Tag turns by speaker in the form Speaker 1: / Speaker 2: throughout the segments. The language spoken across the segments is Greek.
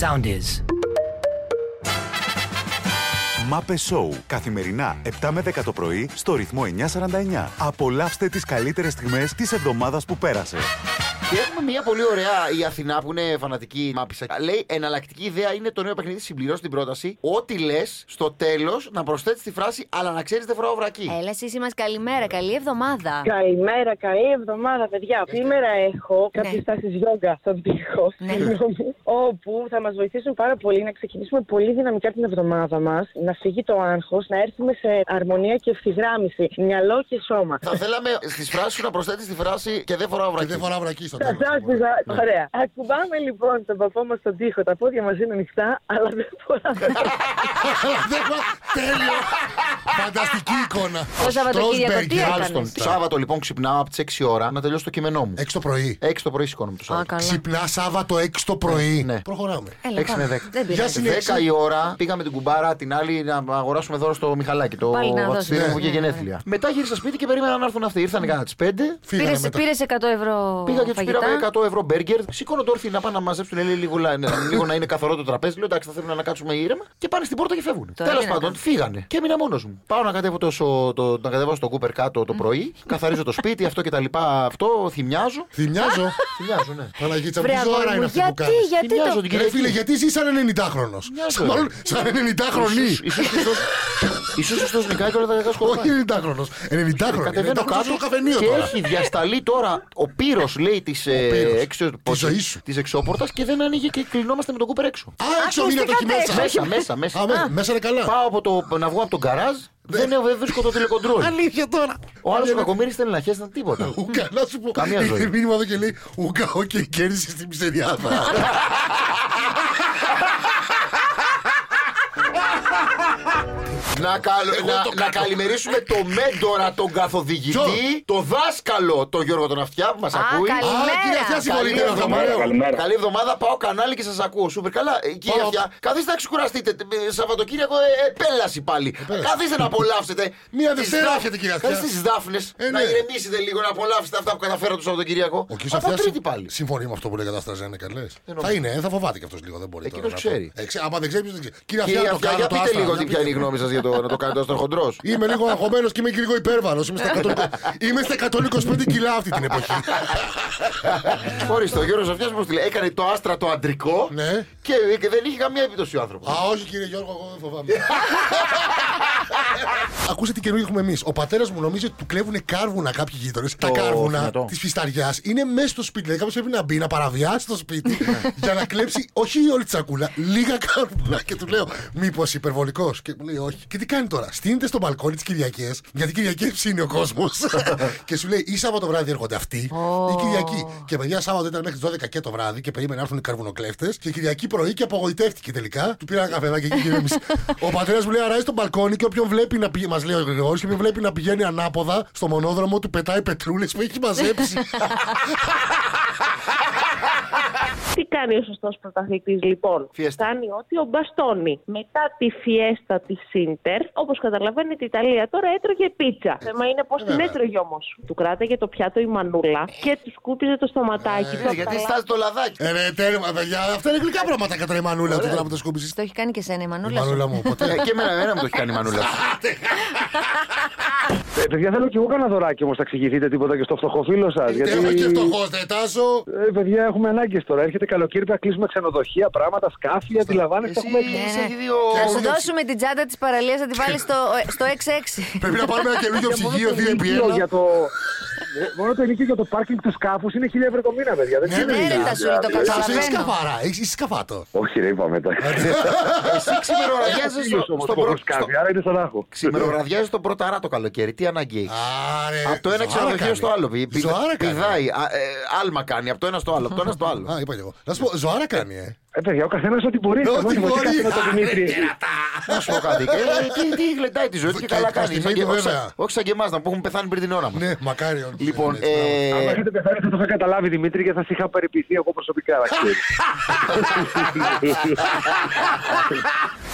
Speaker 1: Sound is.
Speaker 2: Μάπε Σόου. Καθημερινά 7 με 10 το πρωί στο ρυθμό 949. Απολαύστε τις καλύτερες στιγμές της εβδομάδας που πέρασε.
Speaker 3: Και έχουμε μια πολύ ωραία η Αθηνά που είναι φανατική μάπησα. Λέει: Εναλλακτική ιδέα είναι το νέο παιχνίδι. Συμπληρώσει την πρόταση. Ό,τι λες στο τέλος να προσθέτεις τη φράση, αλλά να ξέρεις δεν φοράω βρακή.
Speaker 4: Έλα, Σύση Ε, μας καλημέρα, καλή εβδομάδα.
Speaker 5: Καλημέρα, καλή εβδομάδα, παιδιά. Σήμερα έχω κάποιες τάσεις γιόγκα στον τοίχο.
Speaker 4: Ναι.
Speaker 5: συγγνώμη, Όπου θα μας βοηθήσουν πάρα πολύ να ξεκινήσουμε πολύ δυναμικά την εβδομάδα μας, να φύγει το άγχος, να έρθουμε σε αρμονία και ευθυγράμμιση, μυαλό και σώμα.
Speaker 3: Θα θέλαμε στις φράσεις σου να προσθέτεις τη φράση και δεν φοράω
Speaker 6: Και
Speaker 3: βρακή.
Speaker 6: Ε, δεν φοράω βρακή στο
Speaker 5: Θα
Speaker 6: τέλος.
Speaker 5: σάσπιζα. Ωραία. Ακουμπάμε λοιπόν τον παππού μας στον τοίχο. Τα πόδια μας είναι ανοιχτά, αλλά δεν φοράμε.
Speaker 6: Δεν φοράω- Τέλειο. Φανταστική εικόνα.
Speaker 4: Το Σαββατοκύριακο
Speaker 6: Στρόσμπεργκ,
Speaker 4: τι έκανες?
Speaker 6: Άλστον.
Speaker 3: Σάββατο λοιπόν ξυπνάω από τις 6 ώρα να τελειώσω το κείμενό μου.
Speaker 6: Έξω το πρωί.
Speaker 3: 6 το πρωί σηκώνομαι το
Speaker 4: Α,
Speaker 3: Σάββατο.
Speaker 4: Ε, καλά. Ε,
Speaker 6: Ξυπνά Σάββατο 6 το πρωί.
Speaker 3: Ναι.
Speaker 6: Προχωράμε.
Speaker 4: Έλα,
Speaker 3: 6 με
Speaker 4: πάμε.
Speaker 3: 10.
Speaker 4: λοιπόν, Δεν πειράζει.
Speaker 6: Γεια συνέχισε.
Speaker 3: 10 η ώρα πήγαμε την κουμπάρα την άλλη να αγοράσουμε δώρο στο Μιχαλάκι. Το
Speaker 4: Πάλι να δώσεις.
Speaker 3: βαπτιστήριο μου
Speaker 4: Ναι,
Speaker 3: και
Speaker 4: ναι,
Speaker 3: γενέθλια.
Speaker 4: ναι.
Speaker 3: Μετά γύρισα σπίτι και περίμενα να έρθουν αυτοί. Ήρθαν κάνα τι 5.
Speaker 6: Φύγανε μετά.
Speaker 4: Πήρες 100 ευρώ.
Speaker 3: Πήγα και τους
Speaker 4: φαγητά.
Speaker 3: πήραμε 100 ευρώ μπέργκερ. Σηκώνω το όρθιο να πάνε να μαζέψουν λέει, λίγο, λα- να- λίγο να είναι καθαρό το τραπέζι. Λέω εντάξει, θα θέλουν να κάτσουμε ήρεμα. Και πάνε στην πόρτα και φεύγουν.
Speaker 4: Τώρα
Speaker 3: Τέλος
Speaker 4: τι να
Speaker 3: πάντων,
Speaker 4: κάνεις.
Speaker 3: φύγανε. Και έμεινα μόνος μου. Πάω να κατέβω το, σο- το, να κατεβάσω τον κούπερ κάτω το πρωί. καθαρίζω το σπίτι, αυτό και τα λοιπά. Αυτό θυμιάζω.
Speaker 6: Θυμιάζω.
Speaker 3: Θυμιάζω, ναι.
Speaker 6: Παναγίτσα μου,
Speaker 4: Βρε,
Speaker 6: τι
Speaker 4: αγόρι
Speaker 6: ζωάρα
Speaker 4: μου,
Speaker 6: είναι αυτή που
Speaker 4: γιατί,
Speaker 6: κάνεις.
Speaker 4: γιατί
Speaker 3: Θυμιάζω
Speaker 4: το.
Speaker 3: την
Speaker 6: Ρε
Speaker 3: Κυριακή.
Speaker 6: φίλε, γιατί είσαι σαν 90χρονο.
Speaker 3: Μοιάζω.
Speaker 6: Μάλλον σαν 90χρονη.
Speaker 3: Ίσως πιστός- Ίσως πιστός Νικάκη όλα τα κακά σκορπάει.
Speaker 6: Όχι 90χρονο. 90χρονο.
Speaker 3: Κατεβαίνω κάτω
Speaker 6: στο καφενείο
Speaker 3: και
Speaker 6: τώρα.
Speaker 3: έχει διασταλεί τώρα ο πύρος, λέει, ε, τη
Speaker 6: πύρος.
Speaker 3: εξωπορτας
Speaker 6: Της ζωής σου.
Speaker 3: και δεν ανοίγει και κλεινόμαστε με τον κούπερ έξω.
Speaker 6: Α, έξω είναι το έχει
Speaker 4: Ακούστηκατε.
Speaker 6: μέσα.
Speaker 3: Μέσα, μέσα, μέσα.
Speaker 6: Α, με- μέσα είναι καλά. Ναι.
Speaker 3: Πάω από το, να βγω από τον καράζ, δεν έχω- δεν βρίσκω το τηλεκοντρόλ.
Speaker 6: Αλήθεια τώρα.
Speaker 3: Ο άλλος ο κακομοίρης θέλει να χέσει τίποτα.
Speaker 6: Ουγκα, να σου πω.
Speaker 3: Καμία ζωή.
Speaker 6: Ήρθε μήνυμα εδώ και λέει Ουγκα, οκ, κέρδισε στην πιζεριάδα.
Speaker 3: να, καλ- να- να καλημερίσουμε το μέντορα, τον καθοδηγητή,
Speaker 6: Ποιο?
Speaker 3: το δάσκαλο, τον Γιώργο τον Αυτιά που μας
Speaker 4: Α,
Speaker 3: ακούει.
Speaker 4: καλή-
Speaker 6: Α,
Speaker 4: Καλημέρα.
Speaker 6: κύριε Αυτιά, συγχωρείτε. ρε, Θωμαρέο.
Speaker 7: Καλημέρα.
Speaker 3: Καλή εβδομάδα, πάω κανάλι και σας ακούω. Σούπερ καλά, ε, κύριε
Speaker 6: Πάω.
Speaker 3: Αυτιά. Καθίστε να ξεκουραστείτε. Ε, Σαββατοκύριακο ε, ε, πέλαση πάλι.
Speaker 6: πέλαση.
Speaker 3: Καθίστε να απολαύσετε.
Speaker 6: Μία
Speaker 3: τις
Speaker 6: Δευτέρα
Speaker 3: δάφ-
Speaker 6: έρχεται, κύριε Αυτιά.
Speaker 3: Καθίστε στις Δάφνε.
Speaker 6: Ε,
Speaker 3: Να
Speaker 6: ναι.
Speaker 3: ηρεμήσετε λίγο, να απολαύσετε αυτά που καταφέρατε το Σαββατοκύριακο.
Speaker 6: Ο κύριος
Speaker 3: Από
Speaker 6: Αυτιά
Speaker 3: Τρίτη πάλι.
Speaker 6: συμφωνεί με αυτό που λέει κατάσταση να είναι καλές.
Speaker 3: νομίζω.
Speaker 6: Θα είναι, ε, θα φοβάται και αυτός λίγο. Δεν μπορεί.
Speaker 3: Εκείνος
Speaker 6: τώρα να πω.
Speaker 3: ξέρει.
Speaker 6: Ε, ξέ- Άμα δεν ξέρει, ποιος δεν ξέρει.
Speaker 3: Κύριε
Speaker 6: Κύριε Αυτιά, να το
Speaker 3: Αυτιά,
Speaker 6: κάνω
Speaker 3: για
Speaker 6: το
Speaker 3: πείτε
Speaker 6: άστρα,
Speaker 3: λίγο
Speaker 6: να
Speaker 3: τι
Speaker 6: πείτε.
Speaker 3: ποια είναι η γνώμη σας για το να το κάνετε άστρο χοντρός.
Speaker 6: Είμαι λίγο αγχωμένος και είμαι και λίγο υπέρβαρο. Είμαι στα 100 είμαι στα 125 κιλά αυτή την εποχή.
Speaker 3: Ορίστε, ο Γιώργος Αυτιά μου στείλε. Έκανε το άστρα το αντρικό
Speaker 6: Ναι.
Speaker 3: και και δεν είχε καμία επίπτωση ο άνθρωπος.
Speaker 6: Α, όχι κύριε Γιώργο, εγώ δεν φοβάμαι. Ακούστε τι καινούργιο έχουμε εμείς. Ο πατέρας μου νομίζει ότι του κλέβουν κάρβουνα κάποιοι γείτονες. Τα κάρβουνα
Speaker 3: φυνατό.
Speaker 6: της φισταριάς είναι μέσα στο σπίτι. Δηλαδή κάποιος πρέπει να μπει, να παραβιάσει το σπίτι για να κλέψει, όχι όλη τη σακούλα, λίγα κάρβουνα. Και του λέω, Μήπως υπερβολικός. Και μου λέει, Όχι. Και τι κάνει τώρα. Στείνεται στο μπαλκόνι τις Κυριακές, γιατί Κυριακές ψήνει ο κόσμος. και σου λέει, ή Σάββατο βράδυ έρχονται αυτοί, ή Κυριακή. Και παιδιά Σάββατο ήταν μέχρι τις 12 και το βράδυ και περίμενε να έρθουν οι καρβουνοκλέφτες. Και Κυριακή πρωί και απογοητεύτηκε τελικά. Του πήρα ένα καφεδάκι και γυρίμησε. ο πατέρας μου λέει αράζει στον μπαλκόνι και όποιον βλέπει να πηγαίνει, μας λέει ο Γρηγόρης, και όποιον βλέπει να πηγαίνει ανάποδα στο μονόδρομο του πετάει πετρούλες που έχει μαζέψει.
Speaker 5: Τι κάνει ο σωστός πρωταθλητής, λοιπόν.
Speaker 3: Φιέστα.
Speaker 5: Κάνει ότι ο Μπαστόνι μετά τη φιέστα της Σίντερ, όπως καταλαβαίνετε, η Ιταλία τώρα έτρωγε πίτσα. Θέμα είναι πώς την
Speaker 6: Βέβαια.
Speaker 5: έτρωγε όμως. Του κράταγε το πιάτο η μανούλα και τους σκούπιζε το στοματάκι.
Speaker 3: Ε, Γιατί στάζει το λαδάκι.
Speaker 6: ε, ρε, τέρμα, παιδιά, αυτά είναι γλυκά πράγματα κατά η μανούλα του τώρα που το σκούπισες.
Speaker 4: Το έχει κάνει και σένα η
Speaker 6: Η
Speaker 4: Μανούλα. σου.
Speaker 6: μανούλα μου, ποτέ.
Speaker 3: Ε, Και εμένα, εμένα μου το έχει κάνει η μανούλα.
Speaker 7: Ε, παιδιά, θέλω κι εγώ κανένα δωράκι όμως. Θα εξηγηθείτε τίποτα και στο φτωχοφίλο σα.
Speaker 6: Έχω Ε, και φτωχό, δεν τάσω.
Speaker 7: Ε, παιδιά, έχουμε ανάγκες τώρα. Έρχεται καλοκαίρι, πρέπει να κλείσουμε ξενοδοχεία, πράγματα, σκάφη. Αντιλαμβάνεστε,
Speaker 3: Εσύ
Speaker 7: έχουμε έξι.
Speaker 4: Ναι,
Speaker 3: είσαι
Speaker 4: ναι.
Speaker 3: δύο.
Speaker 4: Θα σου δώσουμε την τσάντα της παραλίας να τη βάλεις στο, ε, στο 6-6.
Speaker 6: Πρέπει να πάρουμε ένα καινούργιο
Speaker 4: Ε,
Speaker 6: ψυγείο, δύο επί
Speaker 7: ενοικείο
Speaker 6: ένα.
Speaker 7: για το. Ε, Μόνο το ενοικείο για το πάρκινγκ του σκάφους είναι 1000 ευρώ το μήνα, παιδιά. Δεν
Speaker 6: Ναι,
Speaker 7: ξέρω
Speaker 6: ναι,
Speaker 7: τι
Speaker 6: ρε,
Speaker 7: είναι.
Speaker 4: τα σου λέει το
Speaker 6: Θα σου
Speaker 4: Καταλαβαίνω.
Speaker 6: έχεις καφάρα, έχει σκαφάτο.
Speaker 7: Όχι, ρε, είπαμε τα.
Speaker 3: Εσύ ξημεροραδιάζει
Speaker 7: Ήλιος όμως
Speaker 3: στο
Speaker 7: το έχω
Speaker 3: πρώτο.
Speaker 7: σκάφι, άρα είναι στον άγχο.
Speaker 3: Ξημεροραδιάζει τον πρωταρά το καλοκαίρι. Τι ανάγκη έχεις.
Speaker 6: Άρε,
Speaker 3: Από το ένα
Speaker 6: ζωάρα
Speaker 3: ξενοδοχείο
Speaker 6: κάνει.
Speaker 3: στο άλλο. Πη- πη-
Speaker 6: Ζωάρα κάνει.
Speaker 3: Πηδάει. α, ε, Άλμα κάνει. Από το ένα στο άλλο. Από το ένα στο άλλο.
Speaker 6: Α, είπα και εγώ. Να σου πω, ζωάρα κάνει, ε.
Speaker 7: Ε, παιδιά, ο καθένας ό,τι μπορεί.
Speaker 6: Ό,τι
Speaker 7: Σταμάτη,
Speaker 6: μπορεί.
Speaker 7: βοηθάτε
Speaker 6: Α,
Speaker 7: με τον Δημήτρη.
Speaker 3: Ε, Να σου πω κάτι. Ε, τι- Τι γλεντάει τη ζωή του και
Speaker 6: Και
Speaker 3: καλά
Speaker 6: προς
Speaker 3: κάνει.
Speaker 6: τιμή
Speaker 3: Σαν και-
Speaker 6: του,
Speaker 3: όχι σαν-
Speaker 6: βέβαια.
Speaker 3: Όχι σαν και εμάς να που έχουμε πεθάνει πριν την ώρα μας.
Speaker 6: Ναι, μακάρι. όντως,
Speaker 3: Λοιπόν,
Speaker 6: έτσι, μπράβο.
Speaker 3: ε,
Speaker 7: Αν έχετε πεθάνει, θα το είχα καταλάβει Δημήτρη και θα σε είχα περιποιηθεί εγώ προσωπικά. να ξέρεις.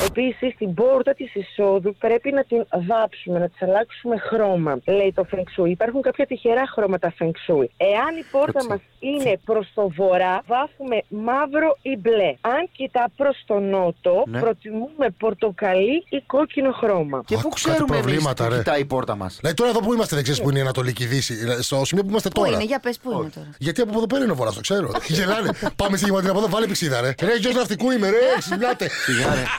Speaker 5: Επίση, την πόρτα της εισόδου πρέπει να την βάψουμε, να της αλλάξουμε χρώμα. Λέει το Feng Shui. Υπάρχουν κάποια τυχερά χρώματα Feng Shui. Εάν η πόρτα
Speaker 6: Έτσι.
Speaker 5: μας είναι προς το βορρά, βάφουμε μαύρο ή μπλε. Αν κοιτά προς το νότο,
Speaker 3: Ναι.
Speaker 5: προτιμούμε πορτοκαλί ή κόκκινο χρώμα.
Speaker 3: Και
Speaker 6: Α,
Speaker 3: πού
Speaker 6: κάτι
Speaker 3: ξέρουμε εμείς
Speaker 6: προβλήματα,
Speaker 3: που
Speaker 6: ρε.
Speaker 3: κοιτάει η πόρτα μας.
Speaker 6: Δηλαδή τώρα εδώ που είμαστε, δεν ξέρεις που είναι η Ανατολική Δύση. ε, Στο σημείο που είμαστε
Speaker 4: Πού
Speaker 6: τώρα.
Speaker 4: είναι, για πες πού είναι τώρα.
Speaker 6: Γιατί από εδώ πέρα είναι ο Βορράς, το ξέρω. Γελάνε. Πάμε στη γεματρία από εδώ, βάλε πηξίδα, ρε. Ρε, γιο ναυτικού είμαι, ρε. Ξυπνάτε.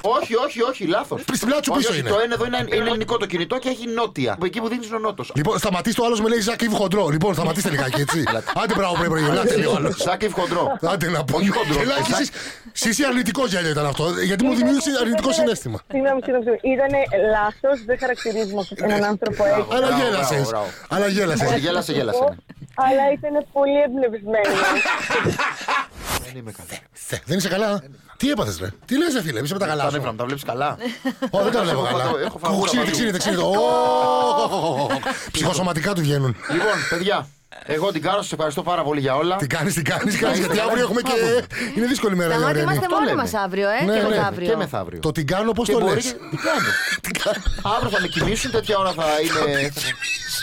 Speaker 3: όχι, όχι, όχι, λάθο.
Speaker 6: Στην πλάτη σου πίσω είναι.
Speaker 3: Το ένα εδώ είναι, είναι ελληνικό το κινητό και έχει νότια. Εκεί που δίνεις ο νότος.
Speaker 6: Λοιπόν, σταματήστε, ο άλλος με λέει Ζακ Ήβ χοντρό. Λοιπόν, σταματήστε λιγάκι, έτσι. Άντε, μπράβο, πρέπει να γελάτε λίγο. άλλος.
Speaker 3: Σάκη χοντρό.
Speaker 6: Άντε να πω.
Speaker 3: Όχι χοντρό.
Speaker 6: Γελάκι,
Speaker 3: Ζακ.
Speaker 6: εσείς- εσείς είσαι αρνητικό γέλιο ήταν αυτό. ε, Γιατί μου δημιούργησε αρνητικό συνέστημα.
Speaker 5: Συγγνώμη, συγγνώμη. Ήταν λάθος, δεν χαρακτηρίζουμε αυτόν έναν άνθρωπο έτσι.
Speaker 6: Αλλά
Speaker 3: Μπράβο,
Speaker 6: γέλασες.
Speaker 3: μπράβο, μπράβο.
Speaker 6: Αλλά
Speaker 3: Όχι,
Speaker 6: γέλασε.
Speaker 3: Γέλασε, γέλασε. ναι.
Speaker 5: Ε, Αλλά ήταν πολύ εμπνευσμένο.
Speaker 3: Δεν είμαι
Speaker 6: Ε,
Speaker 3: καλά.
Speaker 6: Δεν είσαι καλά. Τι έπαθες, ρε. Τι λες, φίλε, είσαι με τα
Speaker 3: Τα
Speaker 6: καλά.
Speaker 3: νεύρα
Speaker 6: σου.
Speaker 3: μου τα βλέπεις καλά.
Speaker 5: Ναι.
Speaker 6: Ω, δεν τα βλέπω
Speaker 3: Έχω
Speaker 6: καλά.
Speaker 3: φαγό- έχω φαγούρα
Speaker 6: Ξύνεται,
Speaker 3: παντού.
Speaker 6: ξύνεται, ξύνεται. Ψυχοσωματικά του βγαίνουν.
Speaker 3: Λοιπόν, παιδιά, εγώ την κάνω, σας ευχαριστώ πάρα πολύ για όλα.
Speaker 6: Την κάνεις, την κάνεις, την κάνεις. Γιατί αύριο έχουμε και. Είναι δύσκολη μέρα,
Speaker 4: Τα
Speaker 6: λέω,
Speaker 4: μάτια
Speaker 6: Ρέμι.
Speaker 4: είμαστε
Speaker 3: αυτό
Speaker 4: μόνοι
Speaker 3: λέμε.
Speaker 4: μας αύριο, ε,
Speaker 6: Ναι,
Speaker 4: και
Speaker 6: ναι.
Speaker 4: μεθαύριο.
Speaker 3: Και μεθαύριο.
Speaker 6: Το την κάνω, πώς
Speaker 3: Και
Speaker 6: το λε.
Speaker 3: μπορεί και τι κάνω. Αύριο θα με κοιμήσουν, τέτοια ώρα θα είναι.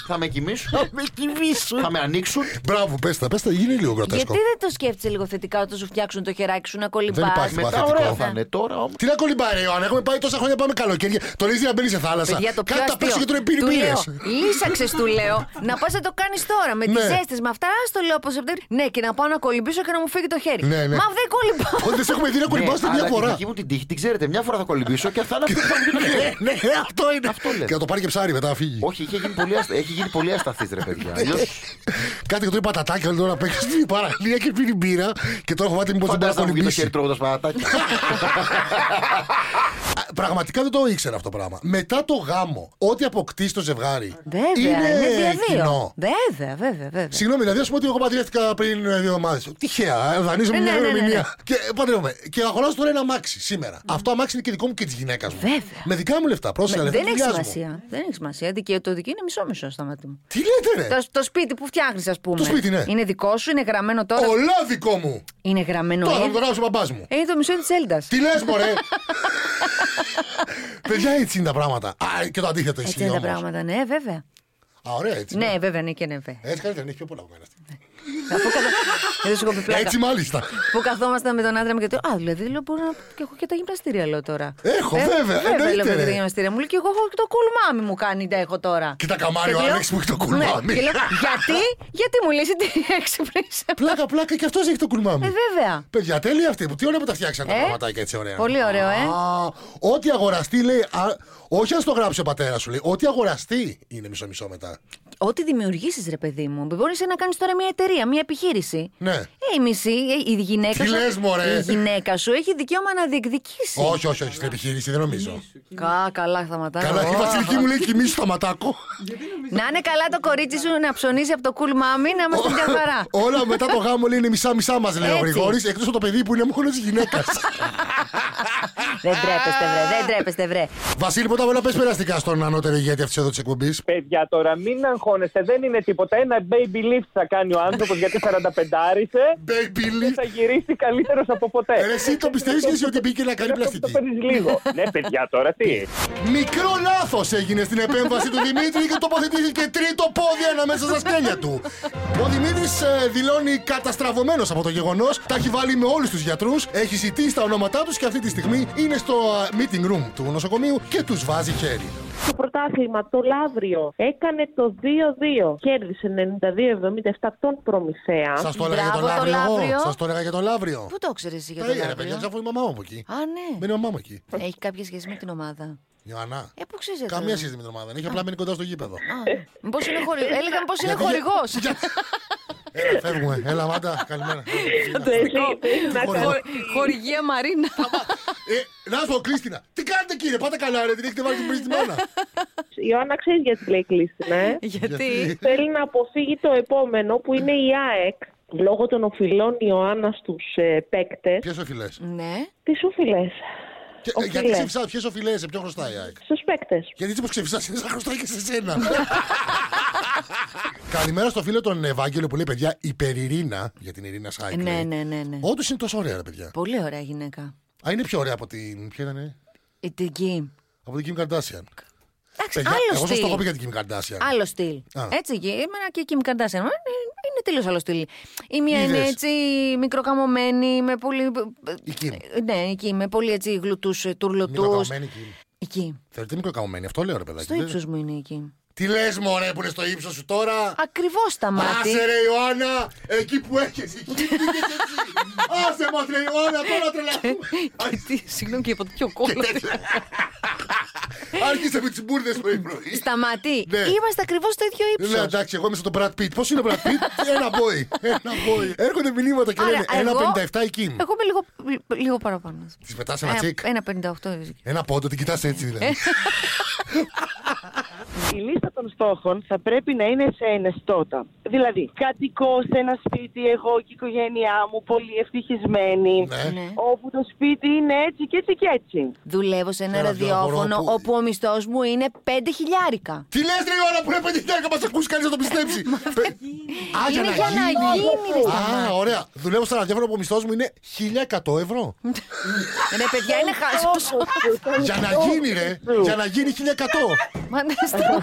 Speaker 3: θα με κοιμήσουν. Θα με κοιμήσουν. Θα με ανοίξουν.
Speaker 6: Μπράβο, πες τα, πες τα, γίνει λίγο
Speaker 4: Γιατί
Speaker 6: γκροτέσκο.
Speaker 4: δεν το σκέφτεσαι λίγο θετικά όταν σου φτιάξουν το χεράκι σου να κολυμπά.
Speaker 6: υπάρχει
Speaker 3: Μετά
Speaker 6: Μαθητικό.
Speaker 3: ωραία θα είναι. Τώρα όμως.
Speaker 6: Τι να κολυμπάει, ρε Ιωάννα, έχουμε πάει τόσα χρόνια πάμε καλοκαίρι. Το λέει να μπαίνει σε θάλασσα.
Speaker 4: Παιδιά, το πιο
Speaker 6: Κάτι τα
Speaker 4: αστείο.
Speaker 6: πέσει και τον πήρε
Speaker 4: Του
Speaker 6: πύρε.
Speaker 4: λέω, λύσαξες του λέω, να πας να το κάνεις τώρα με τις
Speaker 6: Ναι.
Speaker 4: ζέστες, με αυτά, ας το λέω από Σεπτέμβριο. Ναι, και να πάω να κολυμπήσω και να μου φύγει το χέρι.
Speaker 6: Ναι, ναι.
Speaker 4: Μα δεν κολυμπάω.
Speaker 6: Όντω έχουμε δει να κολυμπάω στην μια
Speaker 3: Ναι, αλλά την
Speaker 6: φορά.
Speaker 3: δική μου την τύχη την ξέρετε. Μια φορά θα κολυμπήσω και θα είναι αυτή που θα μου γίνει.
Speaker 6: Ναι, ναι, αυτό είναι.
Speaker 3: Αυτό λέμε.
Speaker 6: Και να το πάρει και ψάρι μετά να φύγει.
Speaker 3: Όχι, είχε γίνει πολύ, αστα... έχει γίνει πολύ ασταθής, ρε παιδιά. Αλλιώς,
Speaker 6: Κάτι και τρώει πατατάκια όλη την ώρα παίξει στην παραλία και πίνει μπύρα. Και τώρα φοβάται μήπως δεν μπορεί να
Speaker 3: φαντάζομαι να μου γίνει το χέρι
Speaker 6: κολυμπήσει.
Speaker 3: τρώγοντας παρατάκι.
Speaker 6: Α, Πραγματικά δεν το ήξερα αυτό το πράγμα. Μετά το γάμο, ό,τι αποκτήσει το ζευγάρι.
Speaker 4: Βέβαια, είναι διαδύο.
Speaker 6: κοινό.
Speaker 4: Βέβαια, βέβαια, βέβαια.
Speaker 6: Συγγνώμη, δηλαδή, ας πούμε ότι εγώ παντρεύτηκα πριν ε, δύο εβδομάδε. Τυχαία, ε, δανείζομαι
Speaker 4: Ναι,
Speaker 6: μια
Speaker 4: ναι, ναι, ναι.
Speaker 6: ημερομηνία. Και ε, παντρεύομαι. Και αγοράζω τώρα ένα αμάξι σήμερα. Αυτό αμάξι είναι και δικό μου και της γυναίκας μου.
Speaker 4: Βέβαια.
Speaker 6: Με δικά μου λεφτά, πρόσεχε.
Speaker 4: Με-
Speaker 6: λεφτά
Speaker 4: Δεν έχει
Speaker 6: δουλειάς μου.
Speaker 4: σημασία. Δεν έχει σημασία. Δικαι- Το δική είναι μισό-μισό στα μάτια μου.
Speaker 6: Τι λέτε, ρε.
Speaker 4: Το, το σπίτι που φτιάχνεις, ας πούμε.
Speaker 6: Ε. Το σπίτι, ναι.
Speaker 4: Είναι δικό σου, είναι γραμμένο τώρα.
Speaker 6: Ολά δικό μου.
Speaker 4: Είναι γραμμένο.
Speaker 6: Τώρα θα
Speaker 4: ε.
Speaker 6: μου το γράψει ο μπαμπά μου.
Speaker 4: Ε, Είναι το μισό της Έλντας.
Speaker 6: Τι λες, μωρέ. Παιδιά, έτσι είναι τα πράγματα. Α, και το αντίθετο
Speaker 4: Έτσι
Speaker 6: ισχύει.
Speaker 4: είναι τα
Speaker 6: όμως.
Speaker 4: πράγματα, ναι, βέβαια.
Speaker 6: Α, ωραία, έτσι.
Speaker 4: Ναι, βέβαια, ναι και ναι, βέβαια.
Speaker 6: Έτσι καλύτερα, είναι πιο πολλά που
Speaker 4: Αφού κατα... Δεν σου έχω πει πλάκα.
Speaker 6: Έτσι, μάλιστα.
Speaker 4: Που καθόμασταν με τον άντρα μου και του λέω, Α, δηλαδή λέω, μπορώ να και έχω και τα γυμναστήρια, λέω τώρα. Ε,
Speaker 6: Έχω, βέβαια,
Speaker 4: Βέβαια, λέω
Speaker 6: εννοείται,
Speaker 4: και
Speaker 6: ρε.
Speaker 4: τα γυμναστήρια. Μου λέει και εγώ έχω και το κουλμάμι μου κάνει, τα έχω τώρα.
Speaker 6: Κοίτα καμάρι,
Speaker 4: Και
Speaker 6: ο
Speaker 4: λέω-
Speaker 6: Άλεξ μου έχει το κουλμάμι.
Speaker 4: Ναι, και λέω, γιατί, γιατί μου λύσει τι έξυπνησε.
Speaker 6: Πλάκα, πλάκα και αυτός έχει το κουλμάμι.
Speaker 4: Ε, βέβαια.
Speaker 6: Παιδιά, τέλεια αυτή. Τι ωραία που τα φτιάξαν τα
Speaker 4: Ε,
Speaker 6: πραγματάκια έτσι ωραία.
Speaker 4: Πολύ ωραίο, ε.
Speaker 6: Α, ό,τι αγοραστεί λέει. α, όχι αν το γράψει ο πατέρας σου, λέει. Ό,τι αγοραστεί είναι μισό-μισό μετά.
Speaker 4: Ό,τι δημιουργήσεις, ρε παιδί μου, μπορείς να κάνεις τώρα μια εταιρεία, μια επιχείρηση.
Speaker 6: Ναι.
Speaker 4: Ε, η μισή, ε, η γυναίκα
Speaker 6: Τι
Speaker 4: σου.
Speaker 6: λες, μωρέ.
Speaker 4: Η γυναίκα σου έχει δικαίωμα να διεκδικήσει.
Speaker 6: όχι, όχι, όχι. Στην επιχείρηση δεν νομίζω.
Speaker 4: Κα, καλά, σταματάω.
Speaker 6: Καλά, η Βασιλική μου λέει κοιμήσου τα ματάκο.
Speaker 4: Να είναι καλά το κορίτσι σου να ψωνίζει από το cool mommy, να είμαστε μια χαρά.
Speaker 6: Όλα μετά το γάμο λέει είναι μισά-μισά μας, λέει ο
Speaker 4: Έτσι.
Speaker 6: Γρηγόρης, εκτός από το παιδί που είναι μόνος της γυναίκας.
Speaker 4: δεν τρέπεστε, βρε, δεν τρέπεστε, βρε.
Speaker 6: Βασίλη, ποτά όλα πες περαστικά στον ανώτερο ηγέτη αυτής εδώ της εκπομπής.
Speaker 1: Παιδιά, τώρα μην αγχώνεστε, δεν είναι τίποτα. Ένα baby lift θα κάνει ο άνθρωπος γιατί 45 άρισε
Speaker 6: Baby
Speaker 1: και θα γυρίσει καλύτερος από ποτέ.
Speaker 6: Ρε, εσύ το πιστεύεις και εσύ ότι μπήκε να κάνει πλαστική.
Speaker 1: Ε, Το παίρνει λίγο. ναι, παιδιά, τώρα τι.
Speaker 6: Μικρό λάθος έγινε στην επέμβαση του Δημήτρη και τοποθετήθηκε τρίτο πόδι ανάμεσα στα σκέλια του. Ο Δημήτρης δηλώνει καταστραβωμένος από το γεγονός. Τα έχει βάλει με όλους τους γιατρούς, έχει ζητήσει τα ονόματά τους και αυτή τη στιγμή είναι στο ε, meeting room του νοσοκομείου και τους βάζει χέρι.
Speaker 8: στο πρωτάθλημα το Λαύριο έκανε το 2-2. Κέρδισε 92-77 τον Προμηθέα.
Speaker 6: Σας το έλεγα για τον
Speaker 4: Μπράβο, το
Speaker 6: Λαύριο.
Speaker 4: Λαύριο.
Speaker 6: Σας το έλεγα για τον Λαύριο.
Speaker 4: Πού το ξέρεις για
Speaker 6: Τα
Speaker 4: τον
Speaker 6: έλεγα, ρε παιδιά,
Speaker 4: Λαύριο?
Speaker 6: αφού η μαμά μου από εκεί.
Speaker 4: Α, ναι.
Speaker 6: Μένει η μαμά μου εκεί.
Speaker 4: Έχει κάποια σχέση με την ομάδα.
Speaker 6: Ιωαννά.
Speaker 4: Ε, πού ξέρεις. ρε,
Speaker 6: Καμία
Speaker 4: τώρα.
Speaker 6: σχέση με την ομάδα. δεν Έχει απλά μείνει κοντά στο γήπεδο.
Speaker 4: Α, Μήπως είναι χορηγό. Έλεγα πως είναι
Speaker 6: Γιατί-
Speaker 4: χορηγός.
Speaker 6: Για- Έλα, φεύγουμε. Έλα, Μάντα, καλημέρα.
Speaker 4: Ναι.
Speaker 8: Το έχει- το έχει
Speaker 3: Λοιπόν,
Speaker 8: να
Speaker 6: Χωρίς.
Speaker 8: κάνει.
Speaker 4: Χορηγία Μαρίνα.
Speaker 6: Ε, να σου πω, Κρίστινα, τι κάνετε κύριε, πάτε καλά, ρε, την έχετε βάλει και πριν στην μάνα.
Speaker 8: Η Ιωάννα ξέρεις γιατί λέει κλείστηνα. ε.
Speaker 4: Γιατί.
Speaker 8: Θέλει να αποφύγει το επόμενο που είναι η ΑΕΚ. Λόγω των οφειλών Ιωάννας στους ε, παίκτες.
Speaker 6: Ποιες οφειλές.
Speaker 4: Ναι.
Speaker 8: Τις οφειλές οφειλές.
Speaker 6: Γιατί ξεφυσάς, ποιες οφειλές, σε ποιον χρωστάει η ΑΕΚ.
Speaker 8: στους παίκτες.
Speaker 6: Γιατί έτσι πω ξεφυσάς, είναι σαν χρωστάει και σε σένα. Καλημέρα στο φίλο τον Ευάγγελο που λέει παιδιά υπερηρίνα για την Ειρήνα Σάικ.
Speaker 4: Ναι, ναι, ναι. ναι.
Speaker 6: Όντως είναι τόσο ωραία, ρε παιδιά.
Speaker 4: Πολύ ωραία γυναίκα.
Speaker 6: Α, είναι πιο ωραία από την. Ποια ήταν. ε,
Speaker 4: Η την Kim.
Speaker 6: Από την Kim Kardashian.
Speaker 4: Εντάξει,
Speaker 6: Παιδιά,
Speaker 4: άλλο
Speaker 6: εγώ σας το έχω πει
Speaker 4: στυλ.
Speaker 6: για την Kim Kardashian.
Speaker 4: Άλλο στυλ.
Speaker 6: Α.
Speaker 4: Έτσι, και εμένα και η Kim Kardashian. ε, Είναι τελείως άλλο στυλ. Η μία είναι
Speaker 6: Είδες.
Speaker 4: έτσι μικροκαμωμένη, με πολύ.
Speaker 6: Η Kim.
Speaker 4: Ε, Ναι, η Kim, με πολύ έτσι γλουτούς τουρλωτούς.
Speaker 6: Μικροκαμωμένη Kim. Ναι.
Speaker 4: Η Kim.
Speaker 6: Θεωρείται μικροκαμωμένη, αυτό λέω ρε παιδάκι.
Speaker 4: Στο
Speaker 6: δεν-
Speaker 4: ύψος μου είναι η Kim.
Speaker 6: Τι λες, Μωρέ, που είναι στο ύψος σου τώρα.
Speaker 4: Ακριβώς τα μάτια.
Speaker 6: Άσε ρε Ιωάννα, εκεί που έχεις, εκεί που έχεις έτσι. Άσε μας ρε Ιωάννα, τώρα τρελαθούμε.
Speaker 4: Συγγνώμη και από ποιο κόλλο.
Speaker 6: Άρχισε με τις μπουρδες πρωί-πρωί.
Speaker 4: Σταματή.
Speaker 6: Ναι.
Speaker 4: Είμαστε ακριβώς στο ίδιο ύψος.
Speaker 6: Ναι, εντάξει, εγώ είμαι στον Brad Pitt. Πώς είναι ο Brad Pitt, ένα boy. Ένα boy. Έρχονται μηνύματα και λένε 1,57 η Kim. Ε,
Speaker 4: Εγώ είμαι λίγο, λίγο παραπάνω. Ε,
Speaker 6: Τη πετάς ένα τσικ.
Speaker 4: Ένα Ε, 58.
Speaker 6: Ένα πόντο, την κοιτάς έτσι δηλαδή.
Speaker 5: Η λίστα των στόχων θα πρέπει να είναι σε ενεστώτα. Δηλαδή, κατοικώ σε ένα σπίτι, εγώ και η οικογένειά μου, πολύ ευτυχισμένη.
Speaker 6: Ναι.
Speaker 5: Όπου το σπίτι είναι έτσι και έτσι και έτσι.
Speaker 4: Δουλεύω σε ένα
Speaker 6: Ένα ραδιόφωνο
Speaker 4: ραδιόφωνο
Speaker 6: που-
Speaker 4: όπου ο μισθός μου είναι 5 χιλιάρικα.
Speaker 6: Τι λες, Ρε Ιωάννα, που είναι πεντηκάρικα, μας ακούσει κανείς να το πιστέψει. Α,
Speaker 4: Είναι για να γίνει, ρε
Speaker 6: Α, ωραία. Δουλεύω στα ραδιόφωνο που ο μισθός μου είναι 1100 ευρώ.
Speaker 4: Ε, Ρε παιδιά, είναι χάσο.
Speaker 6: Για να γίνει, ρε.
Speaker 5: Λοιπόν,
Speaker 6: Για να γίνει 1100.
Speaker 4: Μα ναι, στρο-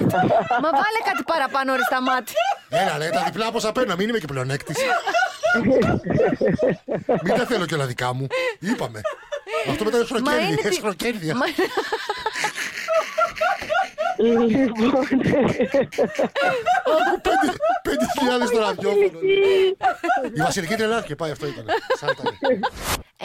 Speaker 4: Μα βάλε κάτι παραπάνω, ρε στα μάτια.
Speaker 6: Έλα, ρε, τα διπλά πόσα παίρνω. Μην είμαι και πλεονέκτης. Μην τα θέλω κιόλα δικά μου. Είπαμε. Αυτό μετά είναι χροκέρδι.
Speaker 4: τι-
Speaker 6: χροκέρδια.
Speaker 4: Μα-
Speaker 5: Λοιπόν,
Speaker 6: Άκου πέντε- πέντε χιλιάδες στο ραδιόφωνο. Η βασιλική τρελάθηκε, πάει αυτό ήταν. Σαν ήταν.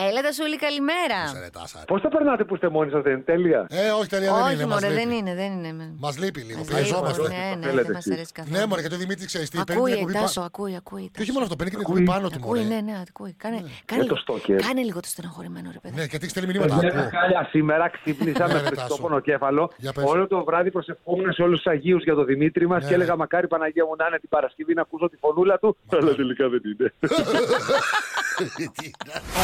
Speaker 4: Έλα τα σούλη,
Speaker 6: Σε
Speaker 4: καλημέρα.
Speaker 6: ρε, τάσα, ρε.
Speaker 7: Πώ θα περνάτε που είστε μόνοι σας, δεν είναι τέλεια.
Speaker 6: Ε, όχι, τελεία δεν
Speaker 4: Όχι,
Speaker 6: είναι. μας
Speaker 4: μωρέ, δεν
Speaker 6: λείπει.
Speaker 4: είναι, δεν είναι.
Speaker 6: Μας λείπει λίγο.
Speaker 4: Μας λείπει,
Speaker 6: Πιεζόμαστε.
Speaker 4: Ναι, ναι,
Speaker 7: Θέλετε
Speaker 4: δεν μας
Speaker 7: εσείς.
Speaker 4: αρέσει καθόλου.
Speaker 6: Ναι, μωρέ, και το Δημήτρη ξέρεις τι. Παίρνει την
Speaker 4: Ακούει,
Speaker 6: εκπομπή
Speaker 4: Τάσο,
Speaker 6: πάνω.
Speaker 4: ακούει, ακούει.
Speaker 6: Και όχι
Speaker 4: Τάσο.
Speaker 6: μόνο αυτό, παίρνει και την εκπομπή πάνω του.
Speaker 4: Ακούει, ναι,
Speaker 6: μωρέ.
Speaker 4: ναι, ακούει. Κάνε, κάνε, λίγο-
Speaker 7: στόκερ.
Speaker 4: κάνε λίγο το στενοχωρημένο, ρε παιδί.
Speaker 6: Ναι, γιατί στέλνει
Speaker 3: Ε,
Speaker 6: μηνύματα.
Speaker 7: Μια
Speaker 6: Ακούω.
Speaker 7: χάλια σήμερα, ξύπνησα
Speaker 6: Ναι,
Speaker 7: με
Speaker 6: ρε, Τάσο.
Speaker 7: φρεσκό πονοκέφαλο.
Speaker 6: Για πες.
Speaker 7: Όλο το βράδυ προσευχόμουν σε όλους τους Αγίους για τον Δημήτρη μας
Speaker 6: Ναι,
Speaker 7: και έλεγα
Speaker 6: ναι.
Speaker 7: Μακάρι Παναγία μου να είναι την Παρασκευή να ακούσω τη φωνούλα του. Αλλά τελικά δεν είναι.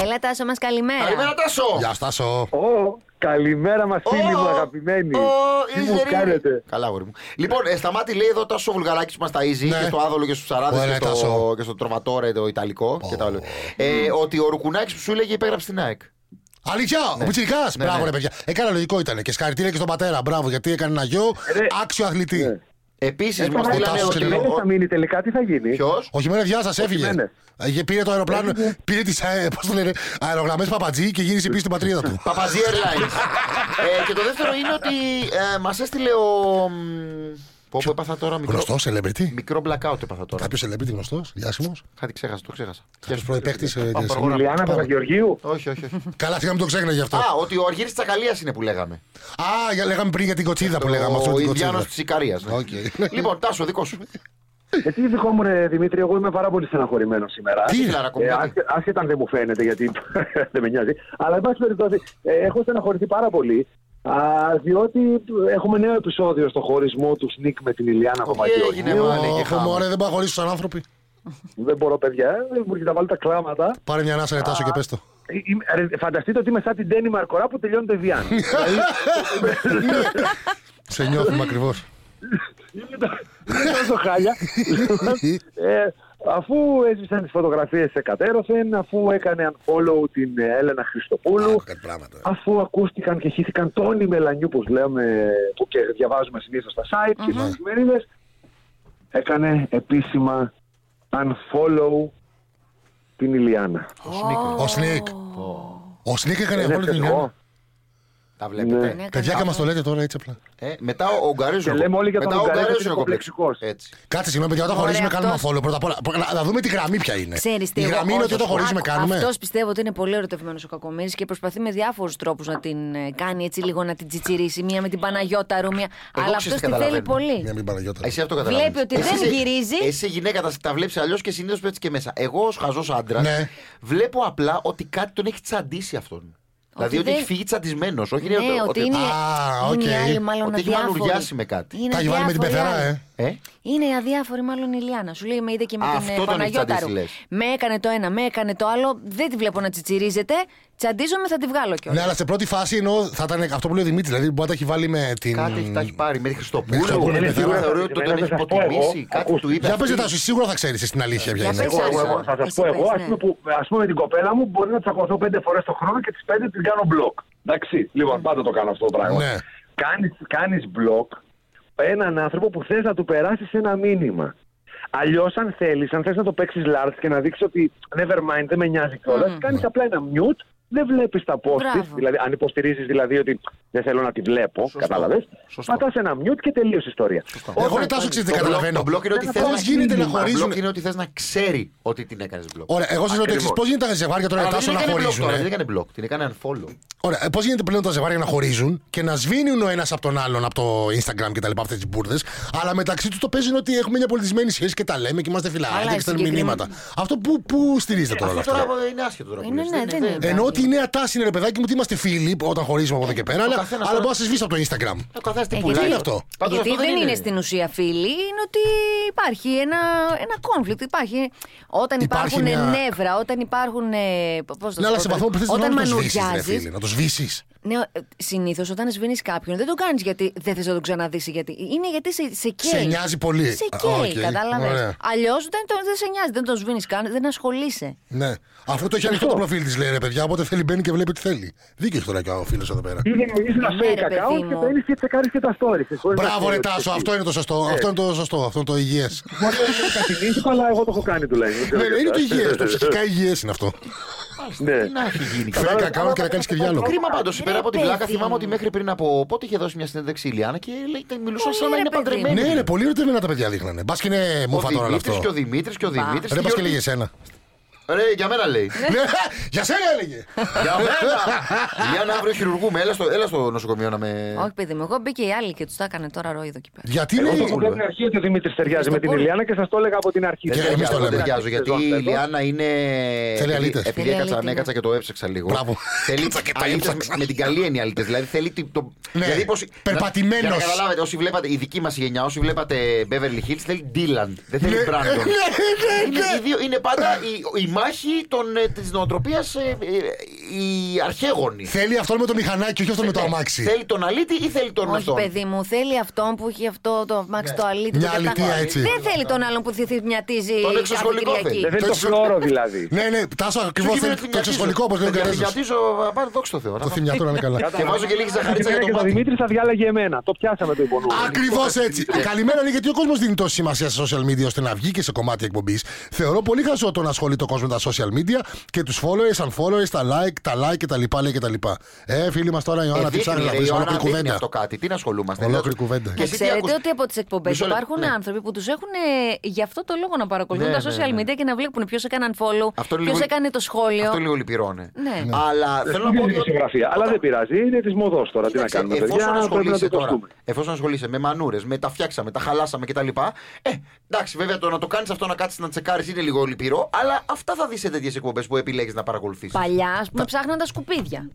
Speaker 4: Έλα, Τάσο, μα
Speaker 3: Καλημέρα,
Speaker 4: καλημέρα.
Speaker 3: Τάσο.
Speaker 6: Γεια Στάσο.
Speaker 7: Ω, καλημέρα μας, φίλοι
Speaker 3: Ω,
Speaker 7: μου αγαπημένοι.
Speaker 3: ω,
Speaker 7: Τι
Speaker 3: είσαι
Speaker 7: μου
Speaker 3: ρε.
Speaker 7: κάνετε.
Speaker 3: Καλά, αγόρι μου. Λοιπόν, ε, σταμάτη λέει εδώ Τάσο Βουλγαράκης που μας ταζει
Speaker 6: Ναι.
Speaker 3: και στο Άδωλο και στους
Speaker 6: Ωραία,
Speaker 3: Σαράδε και,
Speaker 6: Τάσο.
Speaker 3: στο, και στο Τροβατόρε το Ιταλικό και τα όλα. Ε, ότι ο Ρουκουνάκης που σου έλεγε υπέγραψε την ΑΕΚ.
Speaker 6: Αλήθεια,
Speaker 3: Ναι.
Speaker 6: ο Πιτσυρικά. Μπράβο, ρε παιδιά. Έκανα λογικό ήταν και σκαριτήρια και στον πατέρα. Μπράβο, γιατί έκανε ένα γιο
Speaker 3: Ε,
Speaker 6: άξιο
Speaker 3: Ναι.
Speaker 6: αθλητή.
Speaker 7: Ε,
Speaker 3: Επίση, μα
Speaker 6: ο
Speaker 3: στείλανε
Speaker 6: Τάσος
Speaker 3: ότι.
Speaker 6: είναι εδώ.
Speaker 7: Δεν θα μείνει τελικά, τι θα γίνει.
Speaker 3: Ποιος.
Speaker 6: Ο Χιμένε Διά σας έφυγε.
Speaker 7: Χιμένες.
Speaker 6: Ε, Πήρε το αεροπλάνο, πήρε ε, τι αερογραμμές Παπατζή και γύρισε πίσω στην πατρίδα του.
Speaker 3: Παπαζή Airlines. ε, και το δεύτερο είναι ότι ε, μας έστειλε ο. μ, Πω πω έπαθα τώρα μικρό.
Speaker 6: Γνωστό celebrity.
Speaker 3: Μικρό blackout έπαθα τώρα.
Speaker 6: Κάποιος celebrity γνωστός, διάσημος.
Speaker 3: Κάτι ξέχασα, το ξέχασα.
Speaker 6: Κάποιος προεπαίχτη.
Speaker 3: Πάμε παρακάτω.
Speaker 7: Λιάννα Παπαγεωργίου.
Speaker 3: Όχι, όχι, όχι.
Speaker 6: ε, Καλά, φύγαμε το ξέχνα γι' αυτό.
Speaker 3: Α, ότι ο Αργύρης Τσακαλίας είναι που λέγαμε.
Speaker 6: Α, για- λέγαμε πριν για την κοτσίδα που λέγαμε. Αυτό
Speaker 3: Ε, Ο
Speaker 6: την
Speaker 3: Ινδιάνο
Speaker 6: κοτσίδα.
Speaker 3: της Ικαρίας.
Speaker 6: Οκ.
Speaker 3: Λοιπόν, Τάσο, δικό σου.
Speaker 7: Εσύ δικό μου, ρε Δημήτρη, εγώ είμαι πάρα πολύ στεναχωρημένο σήμερα.
Speaker 6: Τι
Speaker 3: Ήθελα να ακόμη
Speaker 7: Ε,
Speaker 3: κάτι.
Speaker 7: άσε- Άσχετα αν δεν μου φαίνεται, γιατί δεν με νοιάζει. Αλλά, εν πάση περιπτώσει, ε, έχω στεναχωρηθεί πάρα πολύ. Α, διότι έχουμε νέο επεισόδιο στο χωρισμό του Σνικ με την Ηλιάνα
Speaker 3: έγινε,
Speaker 7: Παπαγιώργη.
Speaker 3: Ε, μα? Πάλι και ναι,
Speaker 6: Ωχ,
Speaker 3: χάμε.
Speaker 6: μωρέ, δεν πάω χωρίς σαν άνθρωποι.
Speaker 7: Δεν μπορώ, παιδιά. Δεν μου έρχεται να βάλω τα κλάματα.
Speaker 6: Πάρε μια ανάσα, ρετάσω και πες το.
Speaker 7: Ε, είμαι- ρε, Φανταστείτε ότι είμαι σαν την Τένι Μαρκορά που τελειώνει το Ιβιάν.
Speaker 6: Σε νιώθουμε ακριβώς.
Speaker 7: Είναι τόσο χάλια. Ε, αφού έσβησαν τις φωτογραφίες σε κατέρωθεν, αφού έκανε unfollow την ε, Έλενα Χριστοπούλου,
Speaker 6: Κάτι ε. πράγματα.
Speaker 7: αφού ακούστηκαν και χύθηκαν τόνοι μελανιού που λέμε που και διαβάζουμε συνήθως στα site και στις εφημερίδες, έκανε επίσημα unfollow την Ηλιάνα.
Speaker 6: Ο Σνίκ. Ο Σνίκ έκανε
Speaker 7: Δεν
Speaker 6: όλη την
Speaker 7: φταίω.
Speaker 6: ημέρα.
Speaker 3: Τα
Speaker 4: Ναι,
Speaker 3: βλέπετε.
Speaker 6: Παιδιά, και μας το λέτε τώρα έτσι απλά.
Speaker 3: Ε, μετά ο Ουγγαρέζο.
Speaker 7: Και λέμε όλοι για τον
Speaker 3: μετά
Speaker 7: Ουγγαρέζο
Speaker 3: Ουγγαρέζος
Speaker 7: ότι
Speaker 3: είναι
Speaker 7: είναι
Speaker 3: κομπλεξικός. Έτσι.
Speaker 6: Κάτσε συγγνώμη, παιδιά, όταν
Speaker 4: Ωραία,
Speaker 6: χωρίζουμε κάνουμε
Speaker 4: αυτός-
Speaker 6: follow πρώτα απ' όλα. Πρώτα- Να δούμε τη γραμμή ποια είναι.
Speaker 4: Ξέρεις τι,
Speaker 6: Η
Speaker 4: εγώ-
Speaker 6: γραμμή είναι
Speaker 4: όχι,
Speaker 6: ότι όταν
Speaker 4: όχι,
Speaker 6: χωρίζουμε
Speaker 4: άκου,
Speaker 6: κάνουμε.
Speaker 4: Αυτός πιστεύω ότι είναι πολύ ερωτευμένος ο Κακομοίρης και προσπαθεί με διάφορους τρόπους να την ε, κάνει έτσι λίγο να την τσιτσιρίσει. Μία με την Παναγιώτα Ρούμια.
Speaker 3: ξέρεις
Speaker 4: Αλλά αυτός
Speaker 3: τι
Speaker 4: τη θέλει
Speaker 3: καταλαβαίνω.
Speaker 6: Μια
Speaker 4: πολύ.
Speaker 6: μην Παναγιώτα.
Speaker 3: Εσύ αυτό καταλαβαίνεις.
Speaker 4: Βλέπει ότι
Speaker 3: Εσύ
Speaker 4: δεν
Speaker 3: είσαι-
Speaker 4: γυρίζει.
Speaker 3: Εσύ είσαι γυναίκα τα, τα βλέπεις αλλιώς και συνήθως πέφτεις και μέσα. Εγώ ως χαζός άντρας
Speaker 6: Ναι.
Speaker 3: βλέπω απλά ότι κάτι τον έχει τσαντήσει αυτόν. δηλαδή ότι
Speaker 4: δεν-
Speaker 3: έχει φύγει τσαντισμένο. Όχι
Speaker 4: Ναι,
Speaker 3: ρε,
Speaker 4: ότι είναι,
Speaker 6: Α,
Speaker 4: είναι
Speaker 6: οκ.
Speaker 4: οι άλλοι μάλλον
Speaker 3: Ότι έχει
Speaker 4: αδιάφοροι.
Speaker 3: μαλουριάσει με κάτι.
Speaker 4: Είναι
Speaker 6: Τα έχει βάλει με την
Speaker 4: αδιάφοροι
Speaker 6: πεθερά,
Speaker 4: άλλοι.
Speaker 6: ε.
Speaker 3: Ε,
Speaker 4: Είναι αδιάφορη μάλλον η Λιάνα. Σου λέει με είδε και με
Speaker 3: Α,
Speaker 4: την
Speaker 3: αυτό
Speaker 4: ε,
Speaker 3: τον έχει
Speaker 4: Παναγιώτα
Speaker 3: τσαντήσει,
Speaker 4: Ρου.
Speaker 3: λες.
Speaker 4: Με έκανε το ένα, με έκανε το άλλο. Δεν τη βλέπω να τσιτσιρίζεται. Τσαντίζομαι, θα τη βγάλω
Speaker 6: Ναι,
Speaker 4: κιόλα.
Speaker 6: αλλά σε πρώτη φάση εννοώ θα ήταν αυτό που λέει ο Δημήτρης. Δηλαδή μπορεί να τα έχει βάλει με την.
Speaker 3: Κάτι έχει- τα έχει πάρει. Με τη
Speaker 6: Με τη Χριστοπούλου,
Speaker 3: Χριστοπούλου.
Speaker 6: ναι,
Speaker 3: Είναι σίγουρα
Speaker 6: βέβαια.
Speaker 3: θεωρεί ότι τον
Speaker 7: Εμένα
Speaker 3: έχει
Speaker 7: θα σας πω εγώ,
Speaker 3: υποτιμήσει. Κάτι
Speaker 7: ακούστε.
Speaker 3: του είπε.
Speaker 6: Για πες,
Speaker 3: αυτή.
Speaker 6: Τάσο, σίγουρα θα ξέρεις την αλήθεια ποια
Speaker 4: Για
Speaker 6: είναι.
Speaker 4: πες,
Speaker 7: Εγώ, εγώ,
Speaker 4: Άσο.
Speaker 7: εγώ, θα
Speaker 4: Εσύ
Speaker 7: σα πω,
Speaker 4: πες,
Speaker 7: εγώ,
Speaker 4: ναι.
Speaker 7: α πούμε, που, ας πούμε, την κοπέλα μου μπορεί να τσακωθώ πέντε φορές το χρόνο και τις πέντε την κάνω μπλοκ. Εντάξει, λοιπόν, πάντα το κάνω αυτό το πράγμα.
Speaker 6: Ναι.
Speaker 7: Κάνεις, κάνεις μπλοκ έναν άνθρωπο που θες να του περάσεις ένα μήνυμα. Αλλιώς, αν θέλεις, αν θες να το παίξεις large και να δείξεις ότι never mind, δεν με νοιάζει κιόλας, mm. κάνεις απλά ένα mute, δεν βλέπεις τα post
Speaker 4: Μπράβο.
Speaker 7: Δηλαδή, αν υποστηρίζεις δηλαδή ότι δεν θέλω να τη βλέπω,
Speaker 3: Σωστό.
Speaker 7: κατάλαβες.
Speaker 3: Σωστό.
Speaker 7: Πατάς ένα mute και τελείωσε η ιστορία. Όταν
Speaker 6: Εγώ ρωτάω εξή, δεν
Speaker 3: Το
Speaker 6: καταλαβαίνω.
Speaker 3: μπλοκ- Το μπλοκ είναι ότι θες
Speaker 6: Πώ
Speaker 3: να-
Speaker 6: γίνεται να
Speaker 3: Μα
Speaker 6: χωρίζουν.
Speaker 3: Μπλοκ είναι ότι θες να ξέρει ότι την έκανες μπλοκ.
Speaker 6: Ωραία, εγώ σας ρωτάω εξή. Πώς γίνεται τα ζευγάρια τώρα
Speaker 3: Αλλά
Speaker 6: τάσο
Speaker 3: δεν
Speaker 6: να
Speaker 3: έκανε μπλοκ
Speaker 6: χωρίζουν. ε?
Speaker 3: τώρα, δεν έκανε μπλοκ. Την έκανε unfollow.
Speaker 6: Ωραία, πώς γίνεται πλέον τα ζευγάρια να χωρίζουν και να σβήνουν ο ένας από τον άλλον από το Instagram και τα λοιπά αυτές τις μπουρδες, αλλά μεταξύ τους το παίζουν ότι έχουμε μια πολιτισμένη σχέση και τα λέμε και είμαστε
Speaker 4: Αλλά
Speaker 6: φιλαράκια και στέλνουμε
Speaker 4: συγκεκριμένα-
Speaker 6: μηνύματα. Αυτό που, που στηρίζεται τώρα όλο
Speaker 3: Αυτό
Speaker 6: αυτό.
Speaker 3: τώρα είναι άσχετο τώρα. που
Speaker 4: Είναι,
Speaker 3: λες.
Speaker 4: ναι, δεν είναι.
Speaker 6: Ενώ ότι η νέα τάση είναι ρε παιδάκι μου ότι είμαστε φίλοι όταν χωρίζουμε από εδώ και πέρα, αλλά,
Speaker 3: καθένας
Speaker 6: αλλά
Speaker 3: τώρα-
Speaker 6: μπορείς να σε σβήσει από το Instagram.
Speaker 3: Ο καθένας την
Speaker 4: Ε,
Speaker 3: πουλάει.
Speaker 4: γιατί-
Speaker 6: είναι αυτό?
Speaker 3: Πάντως
Speaker 4: Γιατί
Speaker 3: αυτό
Speaker 4: δεν είναι. στην ουσία φίλοι, είναι ότι υπάρχει ένα, ένα conflict. Υπάρχει, όταν
Speaker 6: Υπάρχει
Speaker 4: υπάρχουν
Speaker 6: μια-
Speaker 4: νεύρα, όταν υπάρχουν. ε, πώς να σου
Speaker 6: Ναι, αλλά
Speaker 4: πω
Speaker 6: σε
Speaker 4: τώρα,
Speaker 6: βαθμό που θες να
Speaker 4: Όταν
Speaker 6: το σβήσεις, ρε
Speaker 4: μανουριάζεις,
Speaker 6: φίλε, να το σβήσεις.
Speaker 4: Ναι, συνήθως όταν σβήνεις κάποιον δεν το κάνεις γιατί δεν θες να τον ξαναδείς. Γιατί... Είναι γιατί σε, σε καίει.
Speaker 6: Σε νοιάζει πολύ.
Speaker 4: Σε
Speaker 6: Α,
Speaker 4: καίει,
Speaker 6: οκ. Ωραία.
Speaker 4: κατάλαβε. Αλλιώς δεν, το- δεν σε νοιάζει, δεν τον σβήνεις καν, δεν ασχολείσαι.
Speaker 6: Ναι. Αφού το έχει ανοιχτό το προφίλ της, λέει ρε παιδιά, οπότε θέλει μπαίνει και βλέπει τι θέλει. Δίκαιο τώρα και ο φίλος εδώ πέρα.
Speaker 7: δημιουργήσει ένα
Speaker 4: Ναι,
Speaker 7: fake
Speaker 4: ρε, παιδί
Speaker 7: account και
Speaker 4: μου.
Speaker 7: παίρνει και τσεκάρεις και τα stories. της, χωρίς να
Speaker 6: Μπράβο,
Speaker 7: ξέρει
Speaker 6: ρε
Speaker 7: ότι
Speaker 6: Τάσο,
Speaker 7: εσύ.
Speaker 6: αυτό είναι το σωστό. Αυτό είναι το σωστό. Αυτό είναι το υγιές.
Speaker 7: Μπορεί να είναι καθηνίστικο, αλλά εγώ το έχω κάνει τουλάχιστον.
Speaker 6: Ναι, ναι, είναι το υγιέ. Το ψυχικά υγιές είναι αυτό.
Speaker 7: Ναι.
Speaker 3: Τι να έχει γίνει.
Speaker 6: Fake
Speaker 3: κατάλαβες.
Speaker 6: account και να κάνεις και διάλογο.
Speaker 3: Κρίμα πάντως.
Speaker 4: Ρε,
Speaker 3: Πέρα από την πλάκα,
Speaker 4: παιδί
Speaker 3: θυμάμαι
Speaker 4: μου.
Speaker 3: ότι μέχρι πριν από πότε είχε δώσει μια συνέντευξη η Λιάννα και λέει, μιλούσαν
Speaker 4: Πολύ,
Speaker 3: σαν να
Speaker 4: ρε,
Speaker 3: είναι
Speaker 4: παιδί μου.
Speaker 3: παντρεμένοι.
Speaker 6: Ναι, ναι, πολύ ερωτευμένα τα παιδιά δείχνανε. Μπας και είναι
Speaker 3: Ο
Speaker 6: μουφα τώρα όλο
Speaker 3: Δημήτρης
Speaker 6: αυτό.
Speaker 3: και ο Δημήτρης και ο Δημήτρης.
Speaker 6: Ρε, πας και λέγε εσένα.
Speaker 3: Ρε, για μένα λέει.
Speaker 6: Ναι, Για σένα έλεγε.
Speaker 3: Για μένα! Για να αύριο χειρουργούμε. Έλα στο, έλα στο νοσοκομείο να με.
Speaker 4: Όχι, παιδί μου, εγώ μπήκε η άλλη και τους τα έκανε τώρα ρόιδο εκεί πέρα.
Speaker 6: Γιατί
Speaker 7: Εγώ το
Speaker 6: λέει.
Speaker 7: έχω πει από την αρχή ότι ο Δημήτρης ταιριάζει με την
Speaker 4: Χριστοπούλου.
Speaker 7: Ηλιάνα και σας το έλεγα από την αρχή.
Speaker 6: Και
Speaker 3: Δεν
Speaker 6: Ε, εμείς
Speaker 3: Ε, εμείς
Speaker 6: το
Speaker 3: το
Speaker 6: λέμε.
Speaker 3: ταιριάζω γιατί η Λιάννα είναι. επειδή-
Speaker 6: αλήτες.
Speaker 3: Επειδή
Speaker 4: Θέλει
Speaker 3: έκατσα,
Speaker 4: αλήτη,
Speaker 3: ναι, έκατσα και το έψαξα λίγο.
Speaker 6: Μπράβο.
Speaker 3: Θέλει
Speaker 6: Έκατσα και τα
Speaker 3: αλήτες
Speaker 6: έψαξα.
Speaker 3: με την καλή έννοια αλήτες. Δηλαδή θέλει. τι- Το...
Speaker 6: Ναι,
Speaker 3: Δηλαδή, πως-
Speaker 6: περπατημένος.
Speaker 3: Για να καταλάβετε, όσοι βλέπατε, η δική μας γενιά, όσοι βλέπατε Beverly Hills, θέλει Dylan. Δεν θέλει
Speaker 6: Ναι, ναι,
Speaker 3: Brandon.
Speaker 6: ναι,
Speaker 3: Είναι,
Speaker 6: ναι.
Speaker 3: οι δύο- είναι πάντα η, η μάχη ε, της νοοτροπίας η αρχαίγονη.
Speaker 6: Θέλει αυτό με το μηχανάκι, όχι αυτό με το αμάξι.
Speaker 3: Ε, Θέλει τον αλήτη ή θέλει τον
Speaker 4: Όχι,
Speaker 3: αυτόν. Ναι.
Speaker 4: παιδί μου, θέλει αυτόν που έχει αυτό το αμάξι το αλήτη.
Speaker 6: Μια
Speaker 4: και αυτά.
Speaker 6: αλητεία, έτσι.
Speaker 4: Δεν θέλει τον άλλον που θυθυμιατίζει
Speaker 3: Τον
Speaker 4: κάθε
Speaker 3: εξωσχολικό
Speaker 4: Κυριακή.
Speaker 7: Ε, Δεν θέλει
Speaker 6: Το
Speaker 7: το
Speaker 6: εξω-
Speaker 7: φλόρο δηλαδή.
Speaker 6: Ναι, ναι, Τάσο, ακριβώ το εξωσχολικό όπως λέει ο Καρέζο.
Speaker 3: Γιατίζω, πάρε δόξα τω Θεώ. να
Speaker 6: Το
Speaker 3: φάμε.
Speaker 6: θυμιατό να είναι καλά.
Speaker 3: Και βάζω και λίγη ζαχαρίτσα για το
Speaker 7: Εμένα και το
Speaker 3: μάτι.
Speaker 7: Δημήτρη θα διάλεγε εμένα. Το πιάσαμε το υπονοούμενο.
Speaker 6: Ακριβώ
Speaker 3: Λοιπόν.
Speaker 6: έτσι. Καλημέρα, λέει, γιατί ο κόσμος δίνει τόση σημασία στα social media ώστε να βγει και σε κομμάτι εκπομπής. Θεωρώ πολύ χαζό το να ασχολείται ο κόσμος με τα social media και τους followers, unfollowers, τα like, τα like κτλ. Λέει και τα λοιπά. Ε, φίλοι μας τώρα, η
Speaker 3: Ε,
Speaker 6: Ιωάννα, τι
Speaker 3: δείχνει,
Speaker 6: ψάχνει να
Speaker 3: ρε,
Speaker 6: βρει
Speaker 3: η Ιωάννα
Speaker 6: ολόκληρη
Speaker 3: δείχνει
Speaker 6: κουβέντα.
Speaker 3: Αυτό κάτι. Τι να ασχολούμαστε.
Speaker 6: Ολόκληρη
Speaker 3: δηλαδή.
Speaker 6: κουβέντα.
Speaker 3: Και
Speaker 4: Να
Speaker 3: εσύ τι
Speaker 4: Ε, ξέρετε
Speaker 3: ακούς?
Speaker 4: ότι από τις εκπομπές
Speaker 3: Μισό λεπτό,
Speaker 4: υπάρχουν
Speaker 3: ναι.
Speaker 4: άνθρωποι που τους έχουν ε, γι' αυτό το λόγο να παρακολουθούν
Speaker 3: Ναι,
Speaker 4: τα
Speaker 3: ναι,
Speaker 4: social media και να βλέπουν ποιος έκανε unfollow,
Speaker 3: Αυτό είναι
Speaker 4: ποιος
Speaker 3: λίγο-
Speaker 4: έκανε το σχόλιο.
Speaker 3: Αυτό λίγο λυπηρώνε.
Speaker 4: Ναι. Ναι.
Speaker 3: Αλλά θέλω να πω
Speaker 7: Είναι
Speaker 3: ότι.
Speaker 7: δημοσιογραφία. Αλλά δεν πειράζει, είναι της μοδός τώρα. Τι να
Speaker 3: Κοίταξε,
Speaker 7: κάνουμε,
Speaker 3: εφόσον
Speaker 7: παιδιά. Πρέπει να το
Speaker 3: ασχολείσαι τώρα,
Speaker 7: κοστούμε.
Speaker 3: εφόσον ασχολείσαι με μανούρες, με τα φτιάξαμε, τα χαλάσαμε κτλ. Ε, εντάξει, βέβαια το να το κάνεις αυτό να κάτσεις να τσεκάρεις είναι λίγο λυπηρό, αλλά αυτά θα δεις σε τέτοιες εκπομπές που επιλέγεις να παρακολουθήσεις.
Speaker 4: Παλιά, ας πούμε, ψάχναν τα σκουπίδια.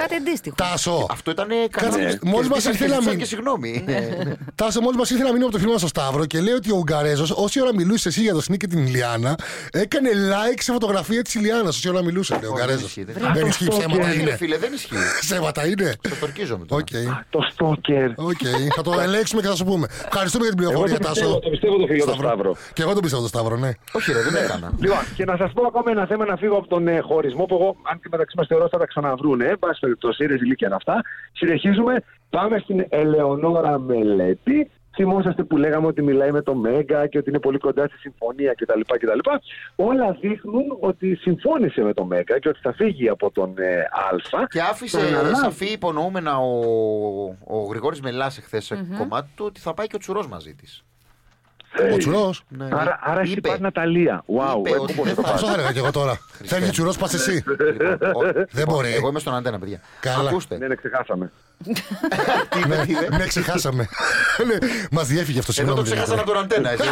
Speaker 4: Κάτι αντίστοιχο.
Speaker 6: Τάσο,
Speaker 3: Αυτό ήταν κανένα.
Speaker 6: μόλις μας ήρθε ένα μήνυμα.
Speaker 3: Και συγγνώμη. Ναι.
Speaker 6: Τάσο, μόλις μας ήρθε ένα μήνυμα από το φίλο μας ο Σταύρο και λέει ότι ο Ουγγαρέζος, όση ώρα μιλούσε εσύ για το Σνίκ και την Ιλιάνα, έκανε like σε φωτογραφία της Ιλιάνας. Όση ώρα μιλούσε, λέει ο
Speaker 3: Όχι,
Speaker 6: Ουγγαρέζος.
Speaker 3: δεν ισχύει, δεν
Speaker 6: Δεν ισχύει ψέματα
Speaker 3: Ε,
Speaker 6: είναι.
Speaker 3: Φίλε, δεν ισχύει.
Speaker 6: Ψέματα είναι.
Speaker 3: Το τορκίζομαι τώρα.
Speaker 6: Ναι. Οκ.
Speaker 7: Το στόκερ.
Speaker 6: Οκ, θα το ελέγξουμε και θα σου πούμε. Ευχαριστούμε για την
Speaker 7: Εγώ το
Speaker 6: πληροφορία,
Speaker 7: πιστεύω,
Speaker 6: Τάσο.
Speaker 7: το πιστεύω το φίλο του
Speaker 6: Σταύρο.
Speaker 7: Σταύρο.
Speaker 6: Και εγώ τον πιστεύω τον Σταύρο, ναι.
Speaker 3: Όχι, ρε, δεν έκανα.
Speaker 7: Λοιπόν, και να σας πω ακόμα ένα θέμα να φύγω από τον ε, χωρισμό που εγώ, αν και μεταξύ μας θεωρώ, θα τα ξαναβρούνε. Εν πάση περιπτώσει, ρε ζηλίκια είναι αυτά. Συνεχίζουμε. Πάμε στην Ελεονόρα Μελέτη. Θυμόσαστε που λέγαμε ότι μιλάει με το Μέγκα και ότι είναι πολύ κοντά στη συμφωνία κτλ. κτλ. Όλα δείχνουν ότι συμφώνησε με το Μέγκα και ότι θα φύγει από τον ε, Α.
Speaker 3: Και
Speaker 7: Τον
Speaker 3: άφησε
Speaker 7: αναλάβει.
Speaker 3: σαφή υπονοούμενα ο, ο Γρηγόρης Μελάς εχθές κομμάτι του ότι θα πάει και ο Τσουρός μαζί της.
Speaker 6: Ο τσουρός.
Speaker 3: Ναι.
Speaker 7: Ε, Άρα, άρα έχει πάρει Ναταλία. Wow, ε,
Speaker 3: είπε ότι δεν θα- Λοιπόν,
Speaker 6: Αυτό θα έλεγα και εγώ τώρα. Φεύγει ο τσουρός, πας εσύ. Δεν μπορεί.
Speaker 3: Εγώ είμαι στον αντένα, παιδιά.
Speaker 6: Καλά.
Speaker 3: Ακούστε.
Speaker 7: Ναι, ναι, ξεχάσαμε.
Speaker 3: τι είπε, τι είπε.
Speaker 6: Ναι, ξεχάσαμε. Μας διέφυγε αυτό,
Speaker 3: Εγώ
Speaker 6: συγγνώμη.
Speaker 3: Ε. το ξέχασα
Speaker 6: δηλαδή.
Speaker 3: να τον αντένα. εσύ.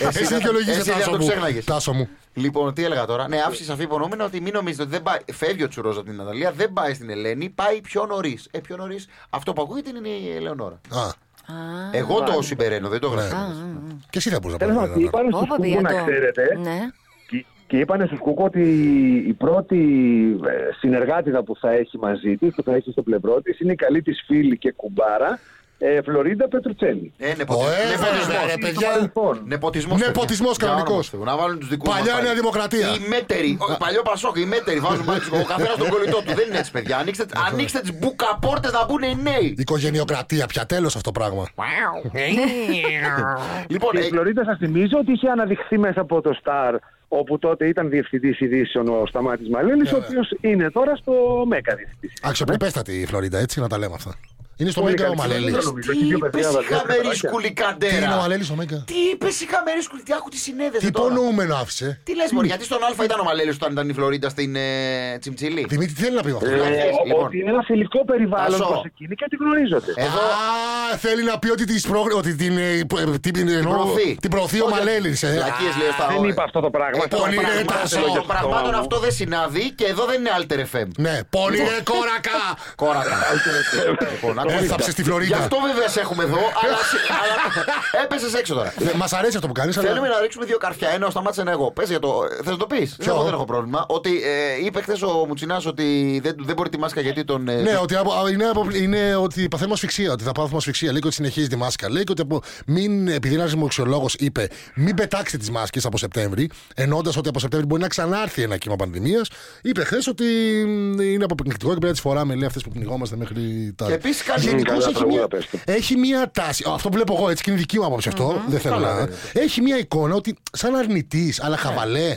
Speaker 6: Ε, Εσύ
Speaker 3: δεν-
Speaker 6: δικαιολογείσαι,
Speaker 3: εσύ δεν
Speaker 6: Τάσο
Speaker 3: το
Speaker 6: μου.
Speaker 3: ξέχναγες.
Speaker 6: Τάσο μου.
Speaker 3: Λοιπόν, τι έλεγα τώρα. Ναι, άφησες σαφή υπονοούμενα ότι μην νομίζετε ότι δεν πάει. Φεύγει ο Τσουρός από την Αταλία, δεν πάει στην Ελένη, πάει πιο νωρίς. Ε, πιο νωρίς. Αυτό που ακούγεται είναι η Ελεονόρα.
Speaker 6: Α,
Speaker 4: Α,
Speaker 3: Εγώ το συμπεραίνω, δεν το γράφω.
Speaker 6: και εσύ θα μπορούσε να
Speaker 7: Τέλο πάντων,
Speaker 6: πάρει.
Speaker 7: είπαν στους
Speaker 4: όπα,
Speaker 7: κουκού, να
Speaker 4: πιατό.
Speaker 7: ξέρετε,
Speaker 4: Ναι.
Speaker 7: Και- Και είπανε στους Κουκού ότι η πρώτη ε, συνεργάτηδα που θα έχει μαζί της, που θα έχει στο πλευρό της, είναι η καλή της φίλη και κουμπάρα, ε, Φλωρίντα Πετρουτσέλη.
Speaker 3: Ε, νεποτισμός.
Speaker 6: Ωε, βέβαια, ρε
Speaker 3: Ε,
Speaker 6: παιδιά.
Speaker 7: Λοιπόν,
Speaker 3: Νεποτισμό.
Speaker 6: Νεποτισμός κανονικός.
Speaker 3: Να βάλουν τους δικούς
Speaker 6: Παλιά Νέα Δημοκρατία.
Speaker 3: Οι μέτεροι. Ο- Παλιό Πασόκ, οι μέτεροι. Βάζουν πάλι τους- ο καθένας τον κολλητό του. Δεν είναι έτσι, παιδιά. Ανοίξτε, ανοίξτε τις μπουκαπόρτες να μπουν οι νέοι.
Speaker 6: Οικογενειοκρατία πια, τέλος αυτό το πράγμα.
Speaker 3: Λοιπόν,
Speaker 7: η
Speaker 3: ε,
Speaker 7: Φλωρίντα σας θυμίζω ότι είχε αναδειχθεί μέσα από το Σταρ όπου τότε ήταν διευθυντής ειδήσεων ο Σταμάτης Μαλέλης,
Speaker 3: Ναι.
Speaker 7: ο οποίος είναι τώρα στο ΜΕΚΑ διευθυντής.
Speaker 6: Αξιοπρεπέστατη η Φλωρίντα, έτσι να τα λέμε αυτά. Είναι στο
Speaker 7: Πολύ
Speaker 6: Μέγκα ο
Speaker 7: καλή
Speaker 6: Μαλέλης.
Speaker 7: συνέντευξη. νομίζω,
Speaker 3: τι
Speaker 7: έχει δύο
Speaker 3: είπε
Speaker 7: παιδιά,
Speaker 3: η
Speaker 7: βαριά
Speaker 3: χαμερή
Speaker 7: παιδάκια.
Speaker 6: Τι είναι ο
Speaker 3: σκουλικαντέρα.
Speaker 6: Μαλέλη ο Μέγκα.
Speaker 3: Τι είπες η χαμερή σκουλικαντέρα. Άκου τη συνέδεσαι
Speaker 6: Τι
Speaker 3: τώρα.
Speaker 6: υπονοούμενο άφησε.
Speaker 3: Τι λες, Μωρή, γιατί στον Α ήταν ο Μαλέλης όταν ήταν η Φλωρίντα στην ε, Τσιμτσιλή.
Speaker 6: Δημήτρη, τι θέλει να πει με αυτό.
Speaker 3: Ε, λοιπόν.
Speaker 7: Ότι είναι ένας φιλικό περιβάλλον
Speaker 3: Πασό.
Speaker 7: προς εκείνη και τη γνωρίζονται.
Speaker 3: Εδώ
Speaker 6: Α, θέλει να πει ότι, τις προ... ότι την, ε, υπο- ε, την, την, εννοώ-
Speaker 3: προωθεί.
Speaker 6: την προωθεί ο
Speaker 3: Όχι,
Speaker 6: Μαλέλης. Ε.
Speaker 3: Λακίες λέω στα
Speaker 7: Δεν
Speaker 3: όρια.
Speaker 7: είπα αυτό το πράγμα.
Speaker 6: Ε, πολύ
Speaker 7: Τώρα
Speaker 6: ρε,
Speaker 7: πάμε
Speaker 6: Τάσο.
Speaker 7: να λέω για
Speaker 3: Των
Speaker 7: το
Speaker 3: πραγμάτων
Speaker 7: μου.
Speaker 3: αυτό δεν συνάδει και εδώ δεν είναι Alter FM.
Speaker 6: Ναι, πολύ ρε κόρακα.
Speaker 3: Κόρακα. Λοιπόν,
Speaker 6: Ε,
Speaker 3: ακούστε.
Speaker 6: Έθαψες τη
Speaker 3: Γι'
Speaker 6: Φλωρίντα.
Speaker 3: αυτό βέβαια σε έχουμε εδώ, αλλά, αλλά έπεσες έξω τώρα.
Speaker 6: Μας αρέσει αυτό που κάνεις.
Speaker 3: Θέλουμε να ρίξουμε δύο καρφιά. Ένα σταμάτησε ένα εγώ. Πες για το. Θες να το πεις. Εγώ δεν έχω πρόβλημα. Ότι ε, είπε χθες ο Μουτσινάς ότι δεν, δεν μπορεί τη μάσκα γιατί τον. ε,
Speaker 6: Ναι, ότι από- είναι, από- είναι ότι παθαίνουμε ασφυξία, ότι θα πάθουμε ασφυξία. Λέει και ότι συνεχίζει τη μάσκα. Λέει και ότι από, μην, επειδή ένας δημοξιολόγος είπε, μην πετάξτε τις μάσκες από Σεπτέμβρη, ενώντα ότι από Σεπτέμβρη μπορεί να ξανάρθει ένα κύμα πανδημίας, είπε χθες ότι μ, είναι αποπνικτικό και πρέπει να τις φοράμε, λέει αυτές που πνιγόμαστε μέχρι τα.
Speaker 3: Και επίσης κάνει-
Speaker 6: Γενικώς
Speaker 7: Καλά
Speaker 6: έχει,
Speaker 7: τραγούδα
Speaker 6: μία,
Speaker 7: πες του.
Speaker 6: έχει μία τάση. Αυτό που βλέπω εγώ, έτσι και είναι δική μου άποψη αυτό, δεν θέλω να. Έχει μία εικόνα ότι σαν αρνητής, αλλά χαβαλέ.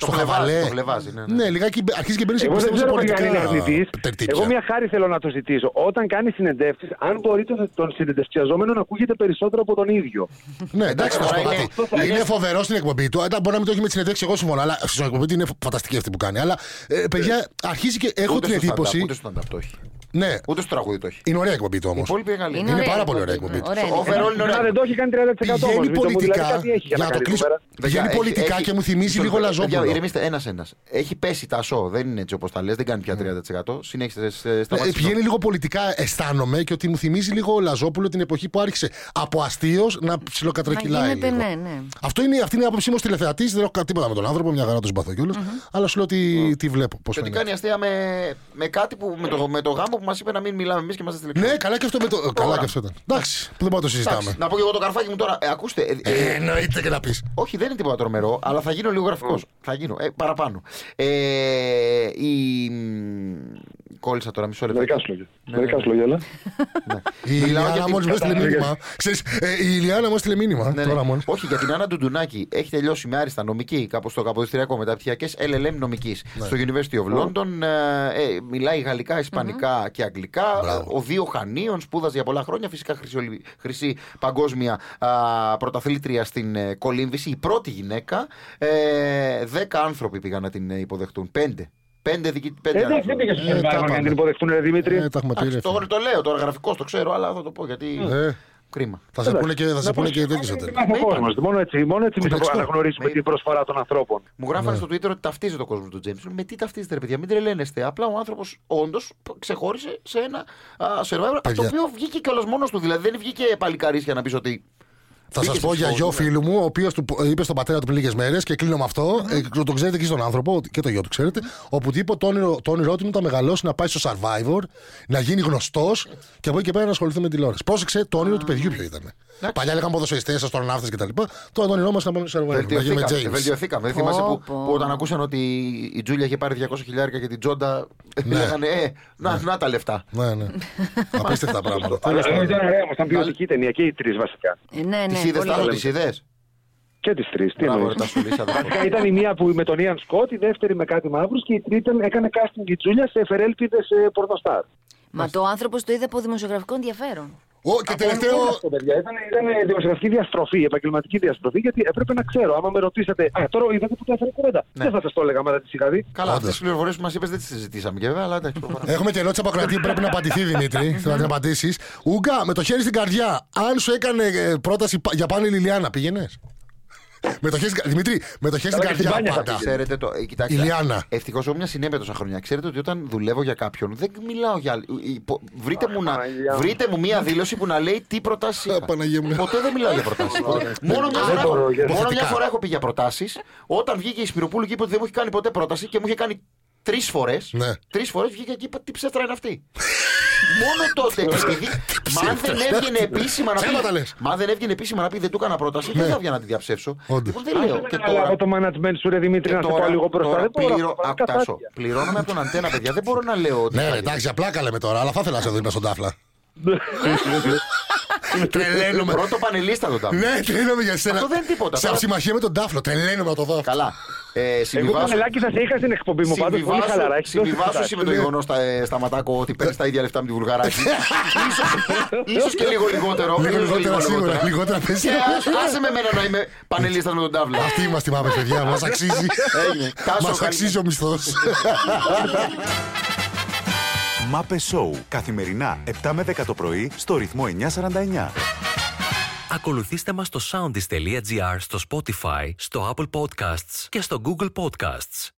Speaker 6: Στο
Speaker 3: χλεβάζει,
Speaker 6: χαβαλέ.
Speaker 3: Ναι. το χλεβάζει, ναι, ναι.
Speaker 6: λιγάκι μπε- αρχίζεις και μπαίνεις σε
Speaker 7: Εγώ δεν
Speaker 6: πιστεύω σε
Speaker 7: ξέρω παιδιά, αν είναι
Speaker 6: πολιτικά
Speaker 7: αρνητής.
Speaker 6: τερτύπια.
Speaker 7: Εγώ μια χάρη θέλω να του ζητήσω. Όταν κάνει συνεντεύξεις, αν μπορείτε τον- τον συνεντευξιαζόμενο να ακούγεται περισσότερο από τον ίδιο.
Speaker 6: Ναι, εντάξει, να σου πω
Speaker 3: τώρα
Speaker 6: κάτι.
Speaker 3: είναι-
Speaker 6: Είναι, φοβερό στην εκπομπή του. Αντά, μπορεί να μην το έχει με τη συνέντευξη, εγώ συμφωνώ. Αλλά στην εκπομπή του είναι φανταστική αυτή που κάνει. Αλλά ε, παιδιά, αρχίζει και έχω
Speaker 3: ούτε
Speaker 6: την
Speaker 3: στο
Speaker 6: εντύπωση.
Speaker 3: stand-up, Ούτε στο stand-up το έχει.
Speaker 6: Ναι,
Speaker 3: Ούτε στο τραγούδι το έχει.
Speaker 6: είναι ωραία η εκπομπή του
Speaker 3: Οι
Speaker 6: όμω.
Speaker 3: υπόλοιποι είναι καλοί.
Speaker 6: Είναι πάρα πολύ ωραία εκπομπή.
Speaker 4: Ωραία ναι.
Speaker 3: Ο
Speaker 4: είναι.
Speaker 3: Φερόλ είναι
Speaker 7: Αν
Speaker 3: ωραίο.
Speaker 7: δεν το έχει κάνει 30% όμως,
Speaker 6: Πηγαίνει
Speaker 7: Βίτο μου, δηλαδή
Speaker 6: πολιτικά.
Speaker 7: κάτι έχει για να
Speaker 6: το
Speaker 7: κάνει
Speaker 6: κλείσω.
Speaker 7: σήμερα.
Speaker 6: Πηγαίνει
Speaker 3: Παιδιά, έχει-
Speaker 6: πολιτικά
Speaker 3: έχει-
Speaker 6: και μου θυμίζει
Speaker 3: Μισό
Speaker 6: λίγο
Speaker 3: λεπτό. Παιδιά,
Speaker 6: λαζόπουλο.
Speaker 3: Ηρεμήστε, ένα-ένα. Έχει πέσει τασό. Δεν είναι έτσι όπως τα λες, δεν κάνει πια 30%. Συνέχισε. σε-
Speaker 6: Ε,
Speaker 3: σταμάτησε.
Speaker 6: πηγαίνει λίγο πολιτικά, αισθάνομαι και ότι μου θυμίζει λίγο Λαζόπουλο την εποχή που άρχισε από αστείος να ψιλοκατρακυλάει.
Speaker 4: Να γίνεται,
Speaker 6: λίγο.
Speaker 4: ναι, ναι.
Speaker 6: Αυτό είναι, αυτή είναι η άποψή μου ως τηλεθεατής. Δεν έχω κα- τίποτα με τον άνθρωπο, μια χαρά τον συμπαθώ κιόλας, Αλλά σου λέω ότι τη βλέπω. Πώς
Speaker 3: Και ότι
Speaker 6: φαίνεται.
Speaker 3: κάνει αστεία με, με κάτι που με το, με το γάμο που μας είπε να μην μιλάμε εμείς και είμαστε στην
Speaker 6: Ναι, καλά και αυτό, με το... καλά και αυτό ήταν. Εντάξει, που δεν πάω να το συζητάμε.
Speaker 3: Να πω και εγώ το καρφάκι μου τώρα. Ε, ακούστε. ε, ε,
Speaker 6: Ε, εννοείται και να πεις.
Speaker 3: όχι, δεν είναι τίποτα τρομερό, αλλά θα γίνω λίγο γραφικός. Θα γίνω. Ε, παραπάνω. Ε, η... μ, Κόλλησα τώρα μισό λεπτό.
Speaker 7: Μερικά σου λόγια.
Speaker 6: Ε,
Speaker 7: Μερικά σου λόγια, έλα.
Speaker 6: Η
Speaker 3: Μιλάω για
Speaker 6: Ιλιάνα
Speaker 3: την
Speaker 6: μόλις μου έστειλε
Speaker 3: κατάλαβες.
Speaker 6: μήνυμα. Ξέρεις, ε, η Ιλιάνα μου έστειλε μήνυμα.
Speaker 3: Ναι, ναι.
Speaker 6: Τώρα μόλις.
Speaker 3: Όχι, για την Άννα Ντουντουνάκη. Έχει τελειώσει με άριστα νομική κάπου στο καποδιστριακό μεταπτυχιακέ LLM νομικής
Speaker 6: Ναι.
Speaker 3: στο University of London. Ε, ε, μιλάει γαλλικά, ισπανικά και αγγλικά.
Speaker 6: Μπράβο.
Speaker 3: Ο δύο Χανίων σπούδαζε για πολλά χρόνια. Φυσικά χρυσή, ολυ- χρυσή παγκόσμια α, πρωταθλήτρια στην ε, κολύμβηση. Η πρώτη γυναίκα. Ε, δέκα άνθρωποι πήγαν να την ε, υποδεχτούν. Πέντε. Πέντε δικοί. Πέντε
Speaker 7: Εντάξει,
Speaker 3: άνθρωποι.
Speaker 7: δεν πήγε στο
Speaker 6: Ε, τα
Speaker 7: Survivor για να
Speaker 6: πάμε.
Speaker 7: την υποδεχτούν, ρε Δημήτρη.
Speaker 6: Ε, τα έχουμε πει.
Speaker 3: Εντάξει,
Speaker 6: ρε,
Speaker 3: Το, το λέω τώρα γραφικός, το ξέρω, αλλά θα το πω γιατί.
Speaker 6: φίλε. Ε,
Speaker 3: Κρίμα.
Speaker 6: Θα σε
Speaker 7: Εντάξει.
Speaker 6: πούνε και, θα
Speaker 3: ναι,
Speaker 6: σε
Speaker 7: Να
Speaker 6: πούνε
Speaker 7: πω,
Speaker 6: και τέτοιο στο τέλος.
Speaker 7: Ο κόσμος. Μόνο έτσι, μόνο έτσι εμείς
Speaker 6: Κοντεξτό.
Speaker 7: αναγνωρίζουμε
Speaker 3: Ναι.
Speaker 7: την προσφορά των ανθρώπων.
Speaker 3: Μου γράφανε
Speaker 6: Ναι.
Speaker 3: στο Twitter ότι ταυτίζεται ο κόσμος του Τζέμψον. Με τι ταυτίζεται, ρε παιδιά, μην τρελαίνεστε. Απλά ο άνθρωπος όντως ξεχώρισε σε ένα α, survivor το
Speaker 6: Παιδιά.
Speaker 3: οποίο βγήκε κιόλας μόνος του. Δηλαδή δεν βγήκε παλικάρι για να πεις ότι.
Speaker 6: Θα
Speaker 3: Μπήκε
Speaker 6: σα πω
Speaker 3: στο
Speaker 6: για
Speaker 3: χώρο,
Speaker 6: γιο
Speaker 3: ναι.
Speaker 6: φίλου μου, ο οποίος είπε στον πατέρα του πριν λίγες μέρες και κλείνω με αυτό. ε, τον ξέρετε και στον άνθρωπο, ότι- και το γιο του ξέρετε. Όπου του είπε το όνειρο, το όνειρό του είναι όταν μεγαλώσει να πάει στο survivor, να γίνει γνωστός και από εκεί και πέρα να ασχοληθεί με τηλεόραση. Πρόσεξε το όνειρο του παιδιού ποιο ήταν. Παλιά λέγαμε ποδοσφαιριστές, αστροναύτες κτλ. Τώρα το όνειρό μας να πάμε στο survivor. Να γίνουμε
Speaker 3: Βελτιωθήκαμε.
Speaker 6: James.
Speaker 3: βελτιωθήκαμε. Δεν θυμάσαι που,
Speaker 4: πω.
Speaker 3: που όταν ακούσαν ότι η Τζούλια είχε πάρει 200 χιλιάρικα και την Τζόντα.
Speaker 6: Ναι.
Speaker 3: Λέγανε, ε, να, να τα λεφτά.
Speaker 6: Ναι, ναι. Απίστευτα πράγματα.
Speaker 7: Αλλά
Speaker 6: Τέλος πάντων.
Speaker 7: ήταν ωραία όμως, ήταν ποιοτική ταινία και οι τρεις βασικά.
Speaker 4: Ε, Ναι, ναι.
Speaker 3: Τις είδες,
Speaker 4: πολύ.
Speaker 3: Τάσο, τις είδες.
Speaker 7: Και τις τρεις, τι
Speaker 3: Μπράβο,
Speaker 7: εννοείς.
Speaker 3: ρε, Τάσο, λύσα, αδερφό.
Speaker 7: Βασικά ήταν η μία που με τον Ian Scott, η δεύτερη με κάτι μαύρους και η τρίτη έκανε casting η Τζούλια σε εφερέλπιδες σε πορνοστάρ.
Speaker 4: Μα το άνθρωπος το είδε από δημοσιογραφικό ενδιαφέρον.
Speaker 6: Ω, και
Speaker 3: Ε,
Speaker 6: τελευταίο.
Speaker 7: Αυτό, παιδιά. Ήταν, ήταν δημοσιογραφική διαστροφή, επαγγελματική διαστροφή, γιατί έπρεπε να ξέρω. Άμα με ρωτήσατε, Α, τώρα είδατε που το έφερε κουβέντα. Δεν θα σας το έλεγα, άμα δεν τη είχα δει.
Speaker 3: Καλά,
Speaker 6: Όντως.
Speaker 3: αυτές τις πληροφορίες που μας είπες δεν τις συζητήσαμε και βέβαια, αλλά εντάξει, προχωράμε.
Speaker 6: Έχουμε και ερώτηση από ακροατή που πρέπει να απαντηθεί, Δημήτρη. Θέλω να την απαντήσεις. Ούγκα, με το χέρι στην καρδιά, αν σου έκανε ε, πρόταση πα- για πάνε η Λιλιάνα, πήγαινες. με το χέρι, στην κα- Δημήτρη, με το χέρι στην
Speaker 7: Καλά, και
Speaker 6: καρδιά
Speaker 7: στην μπάνια θα
Speaker 6: πάντα.
Speaker 3: Ξέρετε το. Ε, κοιτάξτε.
Speaker 6: Ηλιάνα.
Speaker 3: Ευτυχώς έχω μια συνέπεια τόσα χρόνια. Ξέρετε ότι όταν δουλεύω για κάποιον δεν μιλάω για. άλλη- ε, υπο- Βρείτε, μου, να...
Speaker 7: Παναγία μου.
Speaker 3: βρείτε μου μια δήλωση που να λέει τι προτάσεις.
Speaker 6: Α, Ε, Παναγία μου.
Speaker 3: Ποτέ δεν μιλάω για προτάσει. μόνο μια
Speaker 7: Ε, Δεν
Speaker 3: φορά,
Speaker 7: μπορώ,
Speaker 3: μόνο
Speaker 7: γιατί-
Speaker 3: μια
Speaker 6: Υποθετικά.
Speaker 3: φορά έχω πει για προτάσεις. Όταν βγήκε η Σπυροπούλου και είπε ότι δεν μου έχει κάνει ποτέ πρόταση και μου είχε κάνει τρεις φορές.
Speaker 6: Ναι.
Speaker 3: Τρεις φορές βγήκα και είπα τι ψεύτρα είναι αυτή. Μόνο τότε. και επειδή- Μα αν δεν έβγαινε επίσημα να πει.
Speaker 6: Ψέματα λες. Ναι.
Speaker 3: Μα αν δεν έβγαινε επίσημα να πει δεν του έκανα πρόταση, δεν θα έβγαινα να τη διαψεύσω.
Speaker 6: Όντως.
Speaker 3: Λοιπόν, δεν λέω. Και τώρα.
Speaker 7: από το management σου, ρε Δημήτρη,
Speaker 3: Και
Speaker 7: να σε πάω λίγο μπροστά.
Speaker 3: Ε, τώρα
Speaker 7: Δεν μπορώ.
Speaker 3: πληρω...
Speaker 7: να πάω
Speaker 3: Άκου,
Speaker 7: καθάρια.
Speaker 3: Τάσο, πληρώνομαι από τον αντένα, παιδιά. Δεν μπορώ να λέω ότι.
Speaker 6: Ναι,
Speaker 3: θα
Speaker 6: ρε,
Speaker 3: γίνει.
Speaker 6: εντάξει, απλά λέμε τώρα, αλλά θα ήθελα να σε δω είμαι στον τάφλα. Τρελαίνομαι.
Speaker 3: Πρώτο πανελίστα τον Τάσο.
Speaker 6: Ναι, τρελαίνομαι για σένα.
Speaker 3: Αυτό δεν είναι τίποτα.
Speaker 6: Σαν
Speaker 3: Τώρα-
Speaker 6: συμμαχία με τον τάφλο, τρελαίνομαι να το δω.
Speaker 3: Καλά. Ε,
Speaker 7: Εγώ
Speaker 3: συμβιβάζω-
Speaker 7: Πανελάκη θα σε είχα στην εκπομπή μου πάντως πολύ
Speaker 3: συμβιβάζω-
Speaker 7: χαλαρά. έχεις δώσει
Speaker 3: Συμβιβάζω εσύ
Speaker 7: εξετάσεις.
Speaker 3: με το γεγονό, Σταματάκο, ότι παίρνεις τα ίδια λεφτά με τη Βουλγαράκη. σω και λίγο λιγότερο.
Speaker 6: Λίγο
Speaker 3: ίσως και
Speaker 6: λιγότερα, σίγουρα. Λιγότερα, πες.
Speaker 3: Και ας- Άσε με εμένα να είμαι πανελίστας με τον Τάβλα.
Speaker 6: Αυτή είμαστε οι μάμε, παιδιά, μας αξίζει.
Speaker 3: Έγινε. Τάσο,
Speaker 6: Μας
Speaker 3: καλή-
Speaker 6: αξίζει ο μισθός.
Speaker 2: Μάπε Σόου. Καθημερινά 7 με 10 το πρωί στο ρυθμό 949.
Speaker 9: Ακολουθήστε μας στο soundis.gr, στο Spotify, στο Apple Podcasts και στο Google Podcasts.